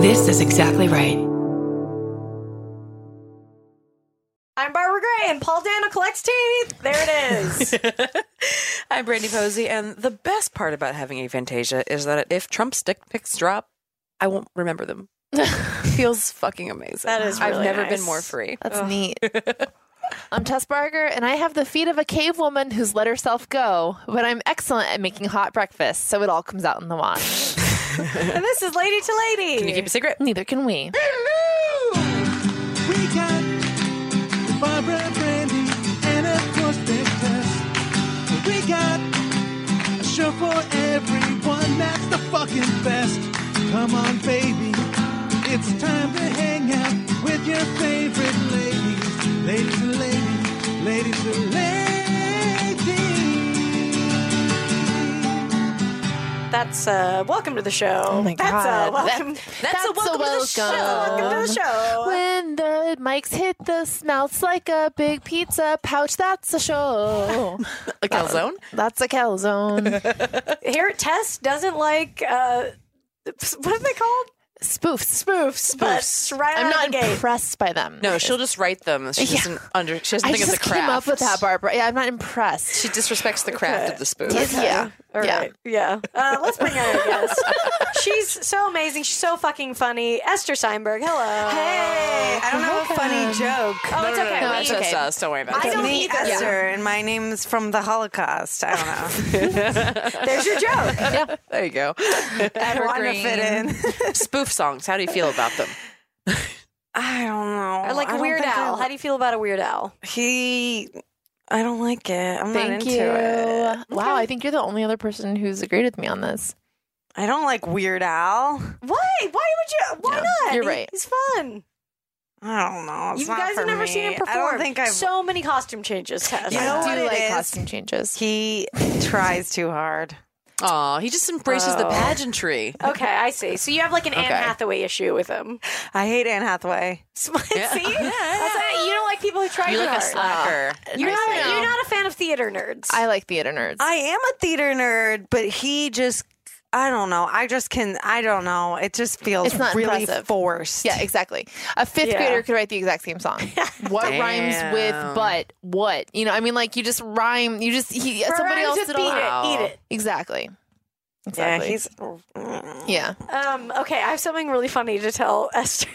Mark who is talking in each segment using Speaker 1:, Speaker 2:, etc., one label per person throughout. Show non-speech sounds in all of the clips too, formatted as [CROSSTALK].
Speaker 1: This is exactly right.
Speaker 2: I'm Barbara Gray, and Paul Dana collects teeth. There it is.
Speaker 3: I'm Brandy Posey, and the best part about having aphantasia is that if Trump stick picks drop, I won't remember them. [LAUGHS] Feels fucking amazing.
Speaker 2: That is
Speaker 3: I've
Speaker 2: really
Speaker 3: never been
Speaker 2: nice.
Speaker 3: more free.
Speaker 4: That's neat. [LAUGHS] I'm Tess Barger, and I have the feet of a cave woman who's let herself go, but I'm excellent at making hot breakfast, so it all comes out in
Speaker 2: [GASPS]
Speaker 4: the wash.
Speaker 2: and this is Lady to Lady.
Speaker 3: Can you keep a secret?
Speaker 4: Neither can we.
Speaker 5: We got Barbara Brandy and of course Big Tess. We got a show for everyone that's the fucking best. Come on, baby. It's time to hang out with your favorite ladies. Ladies and ladies, ladies and ladies.
Speaker 2: That's uh, welcome to the show. Oh
Speaker 4: my
Speaker 2: That's
Speaker 4: God.
Speaker 2: uh, welcome. That's, a welcome, to the show. Welcome to the show.
Speaker 4: When the mics hit the smells like a big pizza pouch, that's a show.
Speaker 2: [LAUGHS]
Speaker 3: A calzone? [LAUGHS]
Speaker 4: That's a calzone.
Speaker 2: Here, Tess doesn't like. Uh, what are they called?
Speaker 4: Spoofs.
Speaker 2: Spoofs. Spoofs. Right
Speaker 4: I'm
Speaker 2: out
Speaker 4: not
Speaker 2: of the gate.
Speaker 4: impressed by them.
Speaker 3: No, she'll just write them. She doesn't under. She doesn't
Speaker 4: I
Speaker 3: think
Speaker 4: just
Speaker 3: it's a craft.
Speaker 4: came up with that, Barbara. Yeah, I'm not impressed.
Speaker 3: She disrespects the craft of the spoon.
Speaker 4: Yeah.
Speaker 2: All
Speaker 4: yeah.
Speaker 2: right. Yeah. Uh, let's bring her in, guest. She's so amazing. She's so fucking funny. Esther Steinberg. Hello.
Speaker 6: Hey, I don't have a funny joke.
Speaker 2: Oh, it's okay.
Speaker 4: no,
Speaker 2: We-
Speaker 3: That's
Speaker 4: it's okay.
Speaker 3: us. Don't worry about
Speaker 2: I
Speaker 3: it.
Speaker 2: don't
Speaker 6: Me,
Speaker 2: either.
Speaker 6: Esther, and my name's from the Holocaust. I
Speaker 2: [LAUGHS]
Speaker 6: don't know.
Speaker 2: There's your joke.
Speaker 3: There you go.
Speaker 6: I wanna fit in.
Speaker 3: Spoof songs. How do you feel about them?
Speaker 6: I don't know.
Speaker 2: I like
Speaker 6: I
Speaker 2: a
Speaker 6: don't
Speaker 2: Weird
Speaker 6: think I
Speaker 2: Al.
Speaker 6: li-
Speaker 2: How do you feel about a Weird Al?
Speaker 6: he? I don't like it. I'm not
Speaker 4: Thank
Speaker 6: into
Speaker 4: you.
Speaker 6: it.
Speaker 4: Wow, I think you're the only other person who's agreed with me on this.
Speaker 6: I don't like Weird Al.
Speaker 2: Why? Why would you? Why
Speaker 4: Yeah,
Speaker 2: not?
Speaker 4: you're
Speaker 2: He-
Speaker 4: right.
Speaker 2: He's fun.
Speaker 6: I don't know. It's
Speaker 2: you
Speaker 6: not
Speaker 2: guys
Speaker 6: for
Speaker 2: have never
Speaker 6: me.
Speaker 2: seen him
Speaker 6: I
Speaker 2: perform.
Speaker 6: don't think I've.
Speaker 2: so many costume changes. Tess.
Speaker 6: You
Speaker 4: I
Speaker 6: know
Speaker 4: do
Speaker 6: what it
Speaker 4: like
Speaker 6: is?
Speaker 4: costume changes.
Speaker 6: he tries too hard.
Speaker 3: Aw, he just embraces the pageantry.
Speaker 2: Okay, I see. So you have like an Anne
Speaker 3: Okay.
Speaker 2: Hathaway issue with him.
Speaker 6: I hate Anne Hathaway.
Speaker 2: [LAUGHS] See, That's why you don't like people who try
Speaker 3: You
Speaker 2: too
Speaker 3: like a
Speaker 2: hard.
Speaker 3: slacker.
Speaker 2: You're not.
Speaker 4: see.
Speaker 2: You're not a fan of theater nerds.
Speaker 4: I like theater nerds.
Speaker 6: I am a theater nerd, but he just. I don't know. I just can. I don't know. It just feels
Speaker 4: It's not
Speaker 6: really
Speaker 4: impressive.
Speaker 6: forced.
Speaker 4: yeah, exactly. A fifth
Speaker 2: Yeah.
Speaker 4: grader could write the exact same song.
Speaker 6: [LAUGHS]
Speaker 4: What rhymes with
Speaker 3: Damn.
Speaker 4: but what? You know, I mean, like you just rhyme. You just he,
Speaker 2: Or
Speaker 4: somebody
Speaker 2: rhymes
Speaker 4: else
Speaker 2: with
Speaker 4: did
Speaker 2: beat
Speaker 4: all that.
Speaker 2: it, eat it.
Speaker 4: Exactly. Exactly.
Speaker 6: Yeah, he's.
Speaker 4: yeah.
Speaker 2: Um, okay, I have something really funny to tell [LAUGHS] Esther.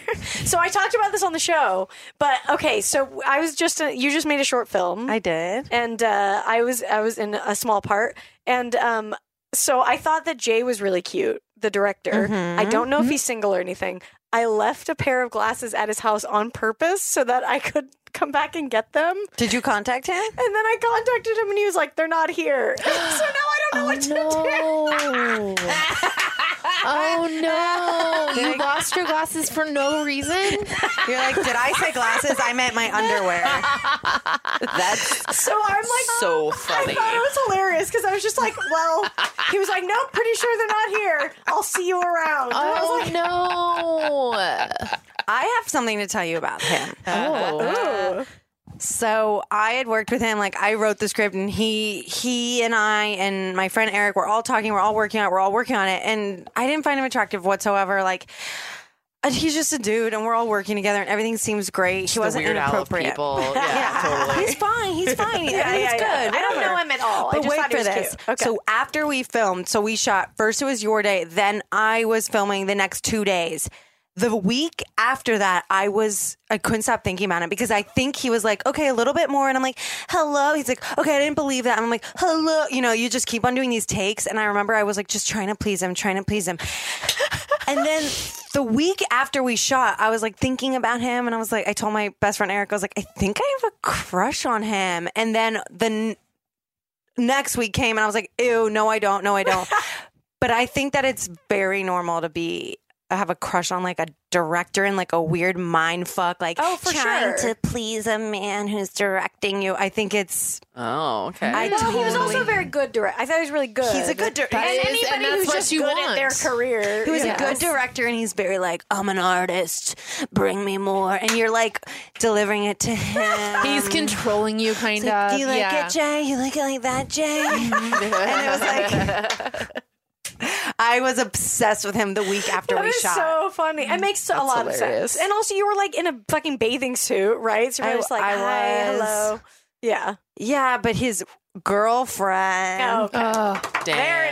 Speaker 2: so I talked about this on the show, but okay. So I was just a, you just made a short film.
Speaker 6: I did.
Speaker 2: and uh, I was I was in a small part, and um, so I thought that Jay was really cute, the director.
Speaker 6: Mm-hmm.
Speaker 2: I don't know if he's single or anything. I left a pair of glasses at his house on purpose so that I could [LAUGHS] come back and get them, and
Speaker 6: Did you contact him?
Speaker 2: then I contacted him, and he was like, "They're not
Speaker 6: [GASPS]
Speaker 2: here." so now I don't know
Speaker 4: Oh
Speaker 2: what to
Speaker 4: [LAUGHS] no. oh
Speaker 6: [LAUGHS]
Speaker 4: no. You
Speaker 6: Big-
Speaker 4: lost your glasses for no reason?
Speaker 6: You're like, did I say glasses? I meant my underwear.
Speaker 2: do.
Speaker 3: That's
Speaker 2: So I'm like.
Speaker 3: so
Speaker 2: [LAUGHS] I
Speaker 3: funny.
Speaker 2: thought it was hilarious because I was just like, well, he was like, no, pretty sure they're not here. I'll see you around. And I was
Speaker 4: Oh
Speaker 6: [LAUGHS]
Speaker 4: no.
Speaker 6: I have something to tell you about him.
Speaker 4: Oh.
Speaker 6: So I had worked with him. Like I wrote the script, and he, he, and I, and my friend Eric were all talking. We're all working on. it, We're all working on it, and I didn't find him attractive whatsoever. Like. and He's just a dude, and we're all working together, and everything seems great. he
Speaker 3: the
Speaker 6: wasn't
Speaker 3: weird Al of
Speaker 6: inappropriate.
Speaker 3: people. [LAUGHS] Yeah, totally.
Speaker 6: He's fine. He's
Speaker 3: [LAUGHS]
Speaker 6: fine. Everything's good.
Speaker 2: I don't
Speaker 6: whatever.
Speaker 2: know him at all. Oh, I
Speaker 6: But
Speaker 2: just
Speaker 6: wait
Speaker 2: thought he
Speaker 6: for
Speaker 2: was
Speaker 6: this.
Speaker 2: cute. Okay.
Speaker 6: So after we filmed, so we shot first. It was your day. Then I was filming the next two days. The week after that, I was I couldn't stop thinking about it because I think he was like, okay, a little bit more, and I'm like, hello. He's like, okay, I didn't believe that. And I'm like, hello. You know, you just keep on doing these takes, and I remember I was like, just trying to please him, trying to
Speaker 2: [LAUGHS]
Speaker 6: please him. And then the week after we shot, I was like thinking about him, and I was like, I told my best friend Eric, I was like, I think I have a crush on him. And then the n- next week came, and I was like, Ew, no, I don't, no,
Speaker 2: [LAUGHS]
Speaker 6: I don't. but I think that it's very normal to be have a crush on like a director and like a weird mind fuck, like
Speaker 2: Oh, for
Speaker 6: trying
Speaker 2: sure.
Speaker 6: to please a man who's directing you. I think it's
Speaker 3: Oh, okay.
Speaker 6: I
Speaker 2: No, he was
Speaker 6: totally-
Speaker 2: also a very good director. I thought he was really good.
Speaker 6: He's a good dir-
Speaker 2: And
Speaker 4: That is-
Speaker 2: anybody
Speaker 4: and that's
Speaker 2: who's
Speaker 4: what
Speaker 2: just
Speaker 4: you
Speaker 2: good at their
Speaker 4: want.
Speaker 2: career.
Speaker 6: He was
Speaker 2: yeah.
Speaker 6: a good director, and he's very like, I'm an artist, bring me more. And you're like delivering
Speaker 2: [LAUGHS]
Speaker 6: it to him.
Speaker 4: He's controlling you kind
Speaker 6: Um, It's like,
Speaker 4: of.
Speaker 6: Do you like
Speaker 2: [LAUGHS]
Speaker 4: yeah. [LAUGHS]
Speaker 6: [LAUGHS] it, Jay? You like it like that, Jay? and it was like, I was obsessed with him the week after
Speaker 2: That
Speaker 6: we
Speaker 2: is
Speaker 6: shot.
Speaker 2: so funny. It makes a lot of
Speaker 4: hilarious.
Speaker 2: sense. And also, you were like in a fucking bathing suit, right? So
Speaker 6: I-
Speaker 2: you're just like,
Speaker 6: I
Speaker 2: hi,
Speaker 6: was.
Speaker 2: hello. Yeah.
Speaker 6: yeah, but his girlfriend
Speaker 2: Oh,
Speaker 4: Oh,
Speaker 2: there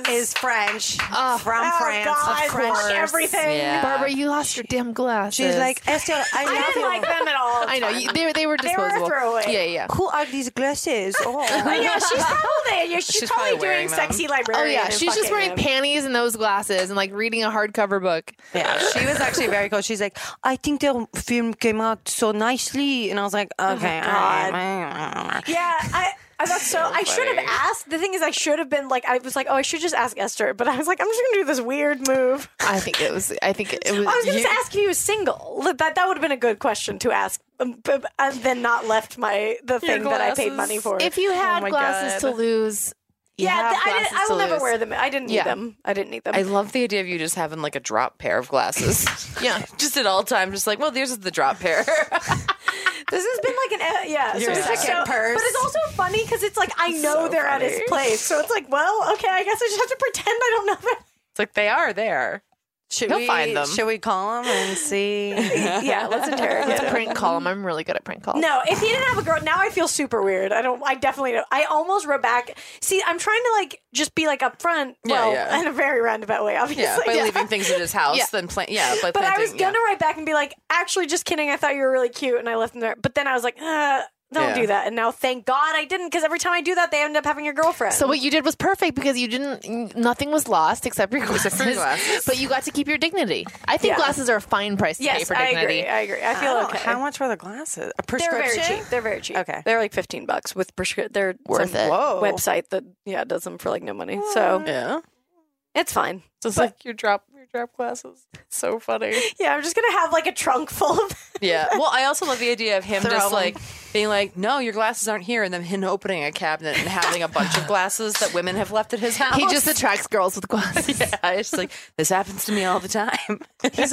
Speaker 2: it is.
Speaker 6: is French from
Speaker 2: oh,
Speaker 6: France.
Speaker 2: God,
Speaker 6: of French.
Speaker 2: fuck everything.
Speaker 3: Yeah.
Speaker 4: Barbara, you lost your damn glasses.
Speaker 6: She's like, Estelle, I
Speaker 2: I
Speaker 6: love
Speaker 2: didn't
Speaker 6: you.
Speaker 2: like them at all.
Speaker 4: I know you, they were they were
Speaker 2: They were a
Speaker 4: disposable.
Speaker 2: throwaway.
Speaker 4: Yeah, yeah.
Speaker 6: Who are these
Speaker 2: [LAUGHS]
Speaker 6: glasses?
Speaker 2: But
Speaker 6: Oh.
Speaker 2: yeah, she's probably yeah, she's,
Speaker 3: She's
Speaker 2: probably,
Speaker 3: probably
Speaker 2: doing
Speaker 3: wearing them.
Speaker 2: sexy
Speaker 4: Oh
Speaker 2: librarian.
Speaker 4: yeah,
Speaker 2: and
Speaker 4: she's just
Speaker 2: fucking
Speaker 4: wearing
Speaker 2: him.
Speaker 4: panties and those glasses and like reading a hardcover book.
Speaker 6: yeah, she was actually very cool. She's like, I think their film came out so nicely. And I was like, okay. all
Speaker 2: Oh, God.
Speaker 6: right.
Speaker 2: Yeah, I. I thought so. I should have asked. The thing is, I should have been like, I was like, oh, I should just ask Esther, but I was like, I'm just gonna do this weird move.
Speaker 4: I think it was. I think it was.
Speaker 2: I was gonna
Speaker 4: you-
Speaker 2: just ask if he was single. Li- That that would have been a good question to ask, um, b- b- and then not left my the thing that I paid
Speaker 3: glasses.
Speaker 2: money for.
Speaker 4: If you had
Speaker 3: Oh my
Speaker 4: glasses
Speaker 3: God.
Speaker 4: to lose, you
Speaker 2: yeah,
Speaker 4: have
Speaker 2: th- I,
Speaker 4: glasses
Speaker 2: didn't, I
Speaker 4: to
Speaker 2: will never
Speaker 4: lose.
Speaker 2: wear them. I didn't need
Speaker 4: Yeah.
Speaker 2: them. I didn't need them.
Speaker 3: I love the idea of you just having like a drop pair of [LAUGHS] glasses.
Speaker 4: Yeah.
Speaker 3: just at all times, just like, well, there's the drop [LAUGHS] pair.
Speaker 2: This has been like an uh, yeah, so it's like
Speaker 6: second
Speaker 2: so-
Speaker 6: purse.
Speaker 2: But it's also funny because it's like I know
Speaker 3: So
Speaker 2: they're at his
Speaker 3: funny.
Speaker 2: place, so it's like, well, okay, I guess I just have to pretend I don't know that.
Speaker 3: it's like they are there.
Speaker 6: Should
Speaker 3: He'll
Speaker 6: we,
Speaker 3: find them.
Speaker 6: Should we call him and
Speaker 2: [LAUGHS]
Speaker 6: see?
Speaker 2: yeah, let's interrogate.
Speaker 4: That's a
Speaker 2: him.
Speaker 4: prank call. I'm really good at prank calls.
Speaker 2: No, if he didn't have a girl, now I feel super weird. I don't. I definitely don't. I almost wrote back. See, I'm trying to like just be like upfront.
Speaker 3: Yeah,
Speaker 2: well,
Speaker 3: yeah.
Speaker 2: in a very roundabout way, obviously.
Speaker 3: [LAUGHS] Yeah, by leaving things at his house,
Speaker 4: Yeah.
Speaker 3: then plan. Yeah, by
Speaker 2: But I
Speaker 3: planting-
Speaker 2: was gonna write back and be like, actually, just kidding. I thought you were really cute, and I left them there. But then I was like, uh, don't
Speaker 3: Yeah.
Speaker 2: do that. And now, thank God, I didn't, because every time I do that, they end up having a girlfriend.
Speaker 4: So what you did was perfect because you didn't. Nothing was lost except your glasses.
Speaker 3: for glasses.
Speaker 4: But you got to keep your dignity. I think
Speaker 2: Yeah.
Speaker 4: glasses are a fine price to pay
Speaker 2: yes,
Speaker 4: for
Speaker 2: I
Speaker 4: dignity.
Speaker 2: agree. I agree. I feel okay.
Speaker 6: How much were the glasses? A
Speaker 2: They're
Speaker 6: prescription?
Speaker 2: very cheap. They're very cheap.
Speaker 6: Okay.
Speaker 2: They're like 15 bucks with prescription. They're
Speaker 4: Worth
Speaker 2: some
Speaker 4: it.
Speaker 6: Whoa.
Speaker 2: website that, yeah, does them for like no money. So
Speaker 3: Yeah,
Speaker 2: it's fine.
Speaker 3: so it's like your drop your drop glasses. So funny.
Speaker 2: Yeah, I'm just going to have like a trunk full of
Speaker 3: [LAUGHS] Yeah. Well, I also love the idea of him
Speaker 6: Throw
Speaker 3: just
Speaker 6: them.
Speaker 3: like being like, "No, your glasses aren't here," and then him opening a cabinet and having a bunch of glasses that women have left at his house.
Speaker 4: He
Speaker 3: [LAUGHS]
Speaker 4: just attracts girls with glasses.
Speaker 3: yeah, it's just like this happens to me all the time.
Speaker 6: He's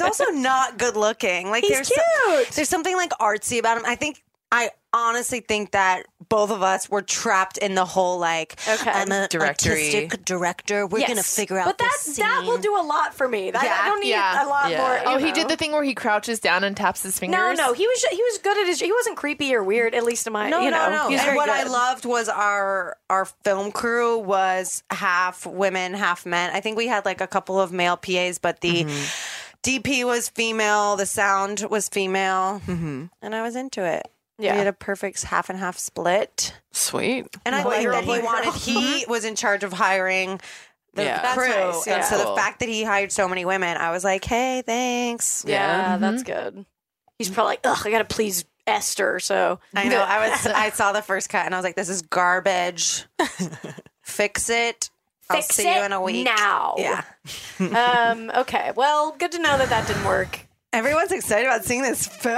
Speaker 2: [LAUGHS]
Speaker 6: also not good looking. Like
Speaker 2: He's
Speaker 6: there's so-
Speaker 2: cute.
Speaker 6: there's something like artsy about him. I think I honestly think that both of us were trapped in the whole like
Speaker 2: Okay.
Speaker 6: I'm a
Speaker 3: Directory.
Speaker 6: artistic director. [LAUGHS] We're gonna figure out.
Speaker 2: But that
Speaker 6: this
Speaker 2: that will
Speaker 6: scene.
Speaker 2: do a lot for me. That, I
Speaker 6: Yeah,
Speaker 2: don't need a
Speaker 4: yeah,
Speaker 2: lot
Speaker 3: yeah.
Speaker 2: more.
Speaker 4: Oh,
Speaker 2: you
Speaker 4: he
Speaker 2: know.
Speaker 4: did the thing where he crouches down and taps his fingers.
Speaker 2: No, no, he was he was good at his. He wasn't creepy or weird, at least in my.
Speaker 6: No,
Speaker 2: you
Speaker 6: no,
Speaker 2: know,
Speaker 6: no.
Speaker 2: He was
Speaker 6: And
Speaker 2: very
Speaker 6: what I
Speaker 2: good.
Speaker 6: loved was our our film crew was half women, half men. I think we had like a couple of male PAs, but the DP was female. The sound was female, mm-hmm. and I was into it.
Speaker 2: Yeah.
Speaker 6: We had a perfect half and half split,
Speaker 3: Sweet.
Speaker 6: and I
Speaker 2: Boy
Speaker 6: like
Speaker 2: girl,
Speaker 6: that
Speaker 2: boy
Speaker 6: he
Speaker 2: girl. [LAUGHS]
Speaker 6: wanted.
Speaker 2: Uh-huh.
Speaker 6: He was in charge of hiring the
Speaker 3: Yeah. That's
Speaker 6: crew,
Speaker 2: nice, yeah.
Speaker 6: and so
Speaker 3: Cool.
Speaker 6: the fact that he hired so many women, I was like, "Hey, thanks."
Speaker 2: Yeah,
Speaker 3: Yeah.
Speaker 2: that's good. He's probably like, ugh, I gotta please Esther. So
Speaker 6: I know. I was. I saw the first cut, and I was like, "This
Speaker 3: [LAUGHS]
Speaker 6: is garbage. Fix it." I'll
Speaker 2: fix
Speaker 6: see you
Speaker 2: it
Speaker 6: in a week.
Speaker 2: now.
Speaker 6: Yeah.
Speaker 2: um. Okay. Well, good to know that that didn't work.
Speaker 6: Everyone's excited about seeing this film.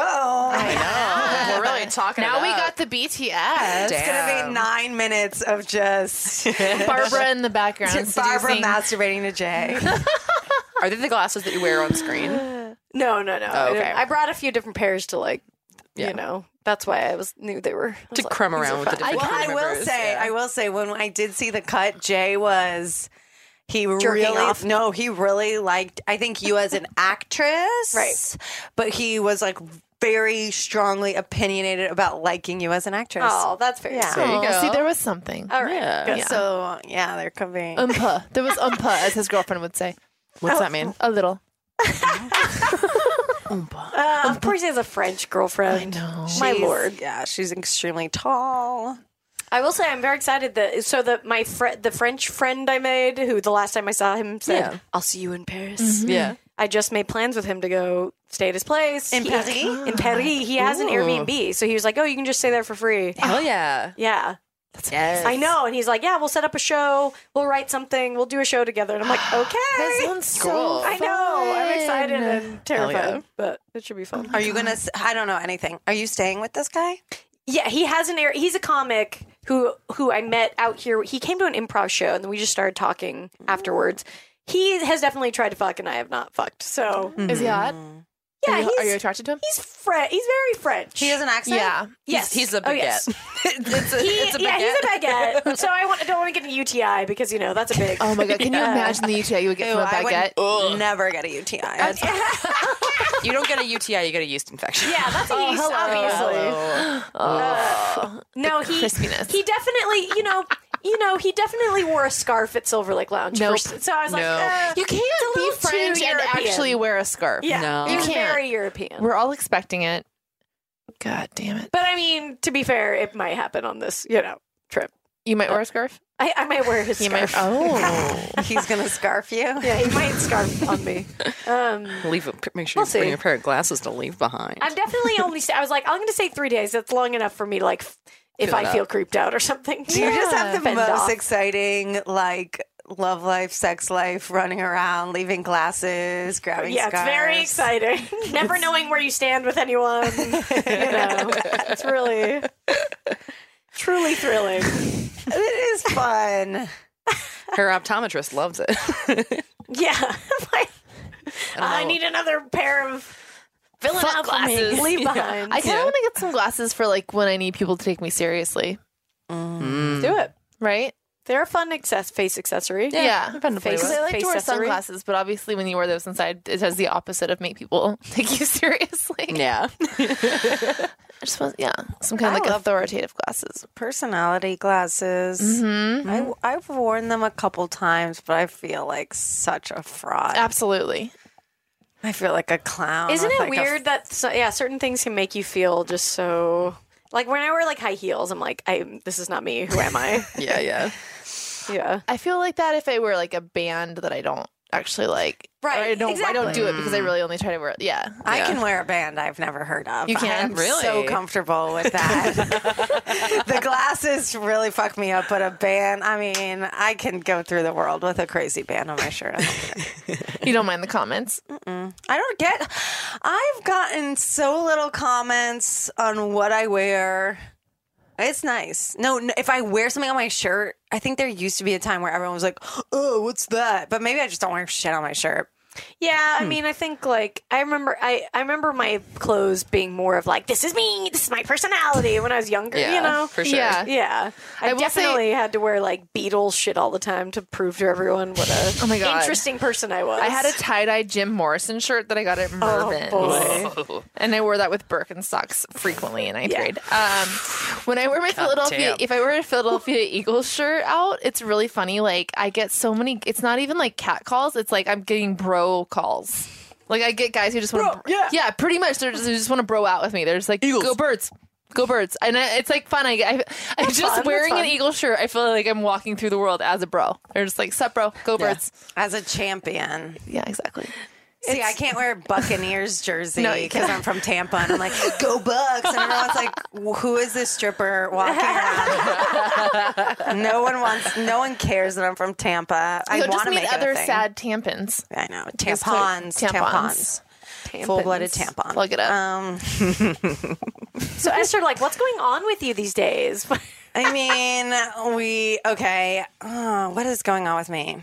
Speaker 3: I know. We're really talking.
Speaker 4: Now
Speaker 3: it
Speaker 4: we
Speaker 3: up.
Speaker 4: got
Speaker 2: [LAUGHS]
Speaker 4: the BTS.
Speaker 6: It's gonna be nine minutes
Speaker 3: [LAUGHS]
Speaker 6: of just
Speaker 4: Barbara in the background.
Speaker 6: Barbara
Speaker 4: seducing-
Speaker 6: masturbating to Jay.
Speaker 3: Are they the glasses that you wear on screen?
Speaker 2: No, no, no.
Speaker 3: Oh, okay.
Speaker 2: I brought a few different pairs to like,
Speaker 3: Yeah.
Speaker 2: you know. That's why I was knew they were I
Speaker 3: To
Speaker 2: was like,
Speaker 3: crumb
Speaker 2: these
Speaker 3: around
Speaker 2: are
Speaker 3: with the
Speaker 2: fun.
Speaker 3: different
Speaker 6: well, I
Speaker 3: family
Speaker 6: will
Speaker 3: members,
Speaker 6: say,
Speaker 3: yeah.
Speaker 6: I will say, when I did see the cut, Jay was he really
Speaker 2: off.
Speaker 6: no, he really liked. I think you as an actress,
Speaker 2: Right.
Speaker 6: But he was like very strongly opinionated about liking you as an actress.
Speaker 2: Oh, that's very
Speaker 6: Yeah.
Speaker 2: sweet.
Speaker 3: There you
Speaker 4: Oh,
Speaker 3: go.
Speaker 4: see, there was something.
Speaker 2: All right.
Speaker 3: Yeah.
Speaker 2: good.
Speaker 4: Yeah.
Speaker 6: So yeah, there could be.
Speaker 2: Oh,
Speaker 4: Umpa. There was umpa, as his girlfriend would say.
Speaker 3: What's that mean?
Speaker 4: A little.
Speaker 2: Uh, of course, he has a French girlfriend.
Speaker 4: know.
Speaker 2: My
Speaker 6: She's-
Speaker 2: lord.
Speaker 6: yeah, she's extremely tall.
Speaker 2: I will say I'm very excited that so that my fr- the French friend I made who the last time I saw him said
Speaker 3: Yeah. Mm-hmm.
Speaker 2: I'll see you in Paris.
Speaker 3: Yeah.
Speaker 2: I just made plans with him to go stay at his place
Speaker 6: In
Speaker 2: He-
Speaker 6: Paris?
Speaker 2: In Paris, he has an
Speaker 3: Ooh.
Speaker 2: Airbnb, so he was like, "Oh, you can just stay there for free."
Speaker 3: Hell yeah.
Speaker 2: Yeah,
Speaker 3: Yes.
Speaker 2: I know. And he's like, "Yeah, we'll set up a show. We'll write something. We'll do a show together." And I'm like,
Speaker 4: That
Speaker 2: "Okay."
Speaker 4: sounds
Speaker 3: Cool.
Speaker 4: so
Speaker 2: I know. I'm excited
Speaker 4: fun.
Speaker 2: and terrified,
Speaker 3: yeah.
Speaker 2: but it should be fun.
Speaker 6: Are you gonna? s- I don't know anything. Are you staying with this guy?
Speaker 2: Yeah, he has an air. He's a comic who who I met out here. He came to an improv show, and then we just started talking afterwards. He has definitely tried to fuck, and I have not fucked. So
Speaker 4: Is he hot? Hmm. are,
Speaker 2: Mm. Yeah,
Speaker 4: you, are
Speaker 2: he's-
Speaker 4: you attracted to him?
Speaker 2: He's French. He's very French.
Speaker 6: He has an accent.
Speaker 4: Yeah.
Speaker 2: Yes,
Speaker 3: He's a
Speaker 2: Oh,
Speaker 3: baguette.
Speaker 2: yes.
Speaker 3: [LAUGHS] it's, a,
Speaker 2: He,
Speaker 3: [LAUGHS] it's a baguette.
Speaker 2: yeah, he's a baguette. so I, want, I don't want to get a UTI because you know that's a big.
Speaker 4: [LAUGHS] Oh my god!
Speaker 2: [LAUGHS]
Speaker 4: Can you
Speaker 2: Yeah.
Speaker 4: imagine the UTI you would get
Speaker 6: Ew,
Speaker 4: from a
Speaker 6: I would
Speaker 4: baguette?
Speaker 2: Oh, [LAUGHS]
Speaker 6: Never get a UTI.
Speaker 3: [LAUGHS] You don't get a UTI, you get a yeast infection.
Speaker 2: Yeah, that's a yeast,
Speaker 4: Oh, hello.
Speaker 2: obviously. Uh, no, he
Speaker 4: Oh. crispiness.
Speaker 2: he definitely, you know, you know, he definitely wore a scarf at Silver Lake Lounge.
Speaker 4: Nope.
Speaker 2: first. So I was like,
Speaker 3: No.
Speaker 2: uh,
Speaker 4: You can't
Speaker 2: it's a
Speaker 4: be
Speaker 2: little too
Speaker 4: French and
Speaker 2: European.
Speaker 4: actually wear a scarf.
Speaker 2: yeah,
Speaker 3: No.
Speaker 2: he
Speaker 3: You
Speaker 2: was
Speaker 4: can't.
Speaker 2: very European.
Speaker 4: We're all expecting it. God damn it!
Speaker 2: but I mean, to be fair, it might happen on this, you know, trip.
Speaker 4: You might wear a scarf.
Speaker 2: I, I might wear his
Speaker 4: You might.
Speaker 2: scarf.
Speaker 4: Oh.
Speaker 6: He's gonna scarf you.
Speaker 2: Yeah, he might scarf on me. Um,
Speaker 3: [LAUGHS] Leave. a- Make sure
Speaker 2: We'll
Speaker 3: you
Speaker 2: see.
Speaker 3: bring a pair of glasses to leave behind.
Speaker 2: I'm definitely only. St- I was like, I'm going to say three days. That's long enough for me. Like, f- if
Speaker 3: Feel it
Speaker 2: I
Speaker 3: out.
Speaker 2: feel creeped out or something.
Speaker 6: You just have the
Speaker 2: Fend
Speaker 6: most
Speaker 2: off.
Speaker 6: exciting, like love life, sex life, running around, leaving glasses, grabbing.
Speaker 2: Yeah, it's very
Speaker 6: scarves.
Speaker 2: exciting. Never knowing where you stand with anyone. You know, it's really, truly thrilling.
Speaker 6: [LAUGHS] It is fun.
Speaker 3: Her optometrist loves it. [LAUGHS]
Speaker 2: Yeah. [LAUGHS] Like, I, need another pair of filling
Speaker 4: Fuck
Speaker 2: out glasses.
Speaker 4: glasses. [LAUGHS]
Speaker 2: Leave behind.
Speaker 4: I kind of want to get some glasses for like when I need people to take me seriously.
Speaker 2: do it.
Speaker 4: Right?
Speaker 2: They're a fun access- face accessory.
Speaker 4: Yeah.
Speaker 3: Fun to play
Speaker 2: Face-
Speaker 4: Because I
Speaker 3: with.
Speaker 4: like to wear
Speaker 2: Facessory.
Speaker 4: sunglasses, but obviously when you wear those inside, it has the opposite of make people [LAUGHS] take you seriously.
Speaker 3: Yeah.
Speaker 4: [LAUGHS] I just want, yeah, some kind of like authoritative glasses.
Speaker 6: Personality glasses.
Speaker 2: Mm-hmm.
Speaker 6: I, I've worn them a couple times, but I feel like such a fraud.
Speaker 4: Absolutely.
Speaker 6: I feel like a clown.
Speaker 2: Isn't
Speaker 6: with,
Speaker 2: it
Speaker 6: like, a
Speaker 2: weird that so, yeah, certain things can make you feel just so like when I wear like high heels, I'm like, I this is not me. Who am I?
Speaker 4: [LAUGHS]
Speaker 3: Yeah. Yeah.
Speaker 2: yeah.
Speaker 4: I feel like that if I wear like a band that I don't actually like.
Speaker 2: Right,
Speaker 4: Or I don't. I don't
Speaker 2: exactly.
Speaker 4: do it because I really only try to wear it. Yeah.
Speaker 6: I
Speaker 3: Yeah.
Speaker 6: can wear a band I've never heard of.
Speaker 4: You can?
Speaker 6: I'm
Speaker 3: Really?
Speaker 6: So comfortable
Speaker 2: [LAUGHS]
Speaker 6: with that. the glasses really fuck me up, but a band. I mean, I can go through the world with a crazy band on my shirt.
Speaker 4: You don't mind the comments.
Speaker 6: I don't get. I've gotten so little comments on what I wear. It's nice. No, n- if I wear something on my shirt, I think there used to be a time where everyone was like, "Oh, what's that?" But maybe I just don't wear shit on my shirt.
Speaker 2: Yeah, I
Speaker 4: Hmm.
Speaker 2: mean, I think like I remember, I I remember my clothes being more of like, this is me, this is my personality when I was younger.
Speaker 3: Yeah.
Speaker 2: you know,
Speaker 3: For sure.
Speaker 4: Yeah.
Speaker 2: yeah. I,
Speaker 4: I will say-
Speaker 2: definitely had to wear like Beatles shit all the time to prove to everyone what a
Speaker 4: Oh my God.
Speaker 2: interesting person I was.
Speaker 4: I had a tie dye Jim Morrison shirt that I got at Mervyn's.
Speaker 2: Oh, boy.
Speaker 4: And I wore that with Birkenstocks frequently in ninth grade. Um, when I wear my Philadelphia,
Speaker 3: damn.
Speaker 4: if I wear a Philadelphia
Speaker 2: [LAUGHS]
Speaker 4: Eagles shirt out, it's really funny. Like, I get so many, it's not even like cat calls, it's like I'm getting bro calls. Like, I get guys who just want to, yeah. yeah, pretty much. They're just, they just want to bro out with me. They're just like, go birds. Go birds. And I, it's like fun. I, I, I'm just
Speaker 2: that's
Speaker 4: wearing an
Speaker 2: fun.
Speaker 4: Eagle shirt. I feel like I'm walking through the world as a bro. They're just like, sup, bro. Go birds.
Speaker 6: As a champion,
Speaker 4: Yeah, exactly.
Speaker 6: See, I can't wear a [LAUGHS] Buccaneers jersey
Speaker 4: No, you
Speaker 6: because
Speaker 4: can't.
Speaker 6: I'm from Tampa, and I'm like, [LAUGHS] "Go Bucks!" And everyone's like, "Wh- "Who is this stripper walking around?" [LAUGHS] no one wants, no one cares that I'm from Tampa. I
Speaker 4: So
Speaker 6: want
Speaker 4: just
Speaker 6: to
Speaker 4: meet
Speaker 6: make
Speaker 4: other
Speaker 6: it a thing.
Speaker 4: sad tampons.
Speaker 6: I know
Speaker 4: Just put
Speaker 6: tampons, tampons, full-blooded
Speaker 4: Tampons.
Speaker 6: tampon.
Speaker 4: Plug it up.
Speaker 6: Um,
Speaker 2: so Esther, like, what's going on with you these days? [LAUGHS]
Speaker 6: I mean, [LAUGHS] we okay. Oh, what is going on with me?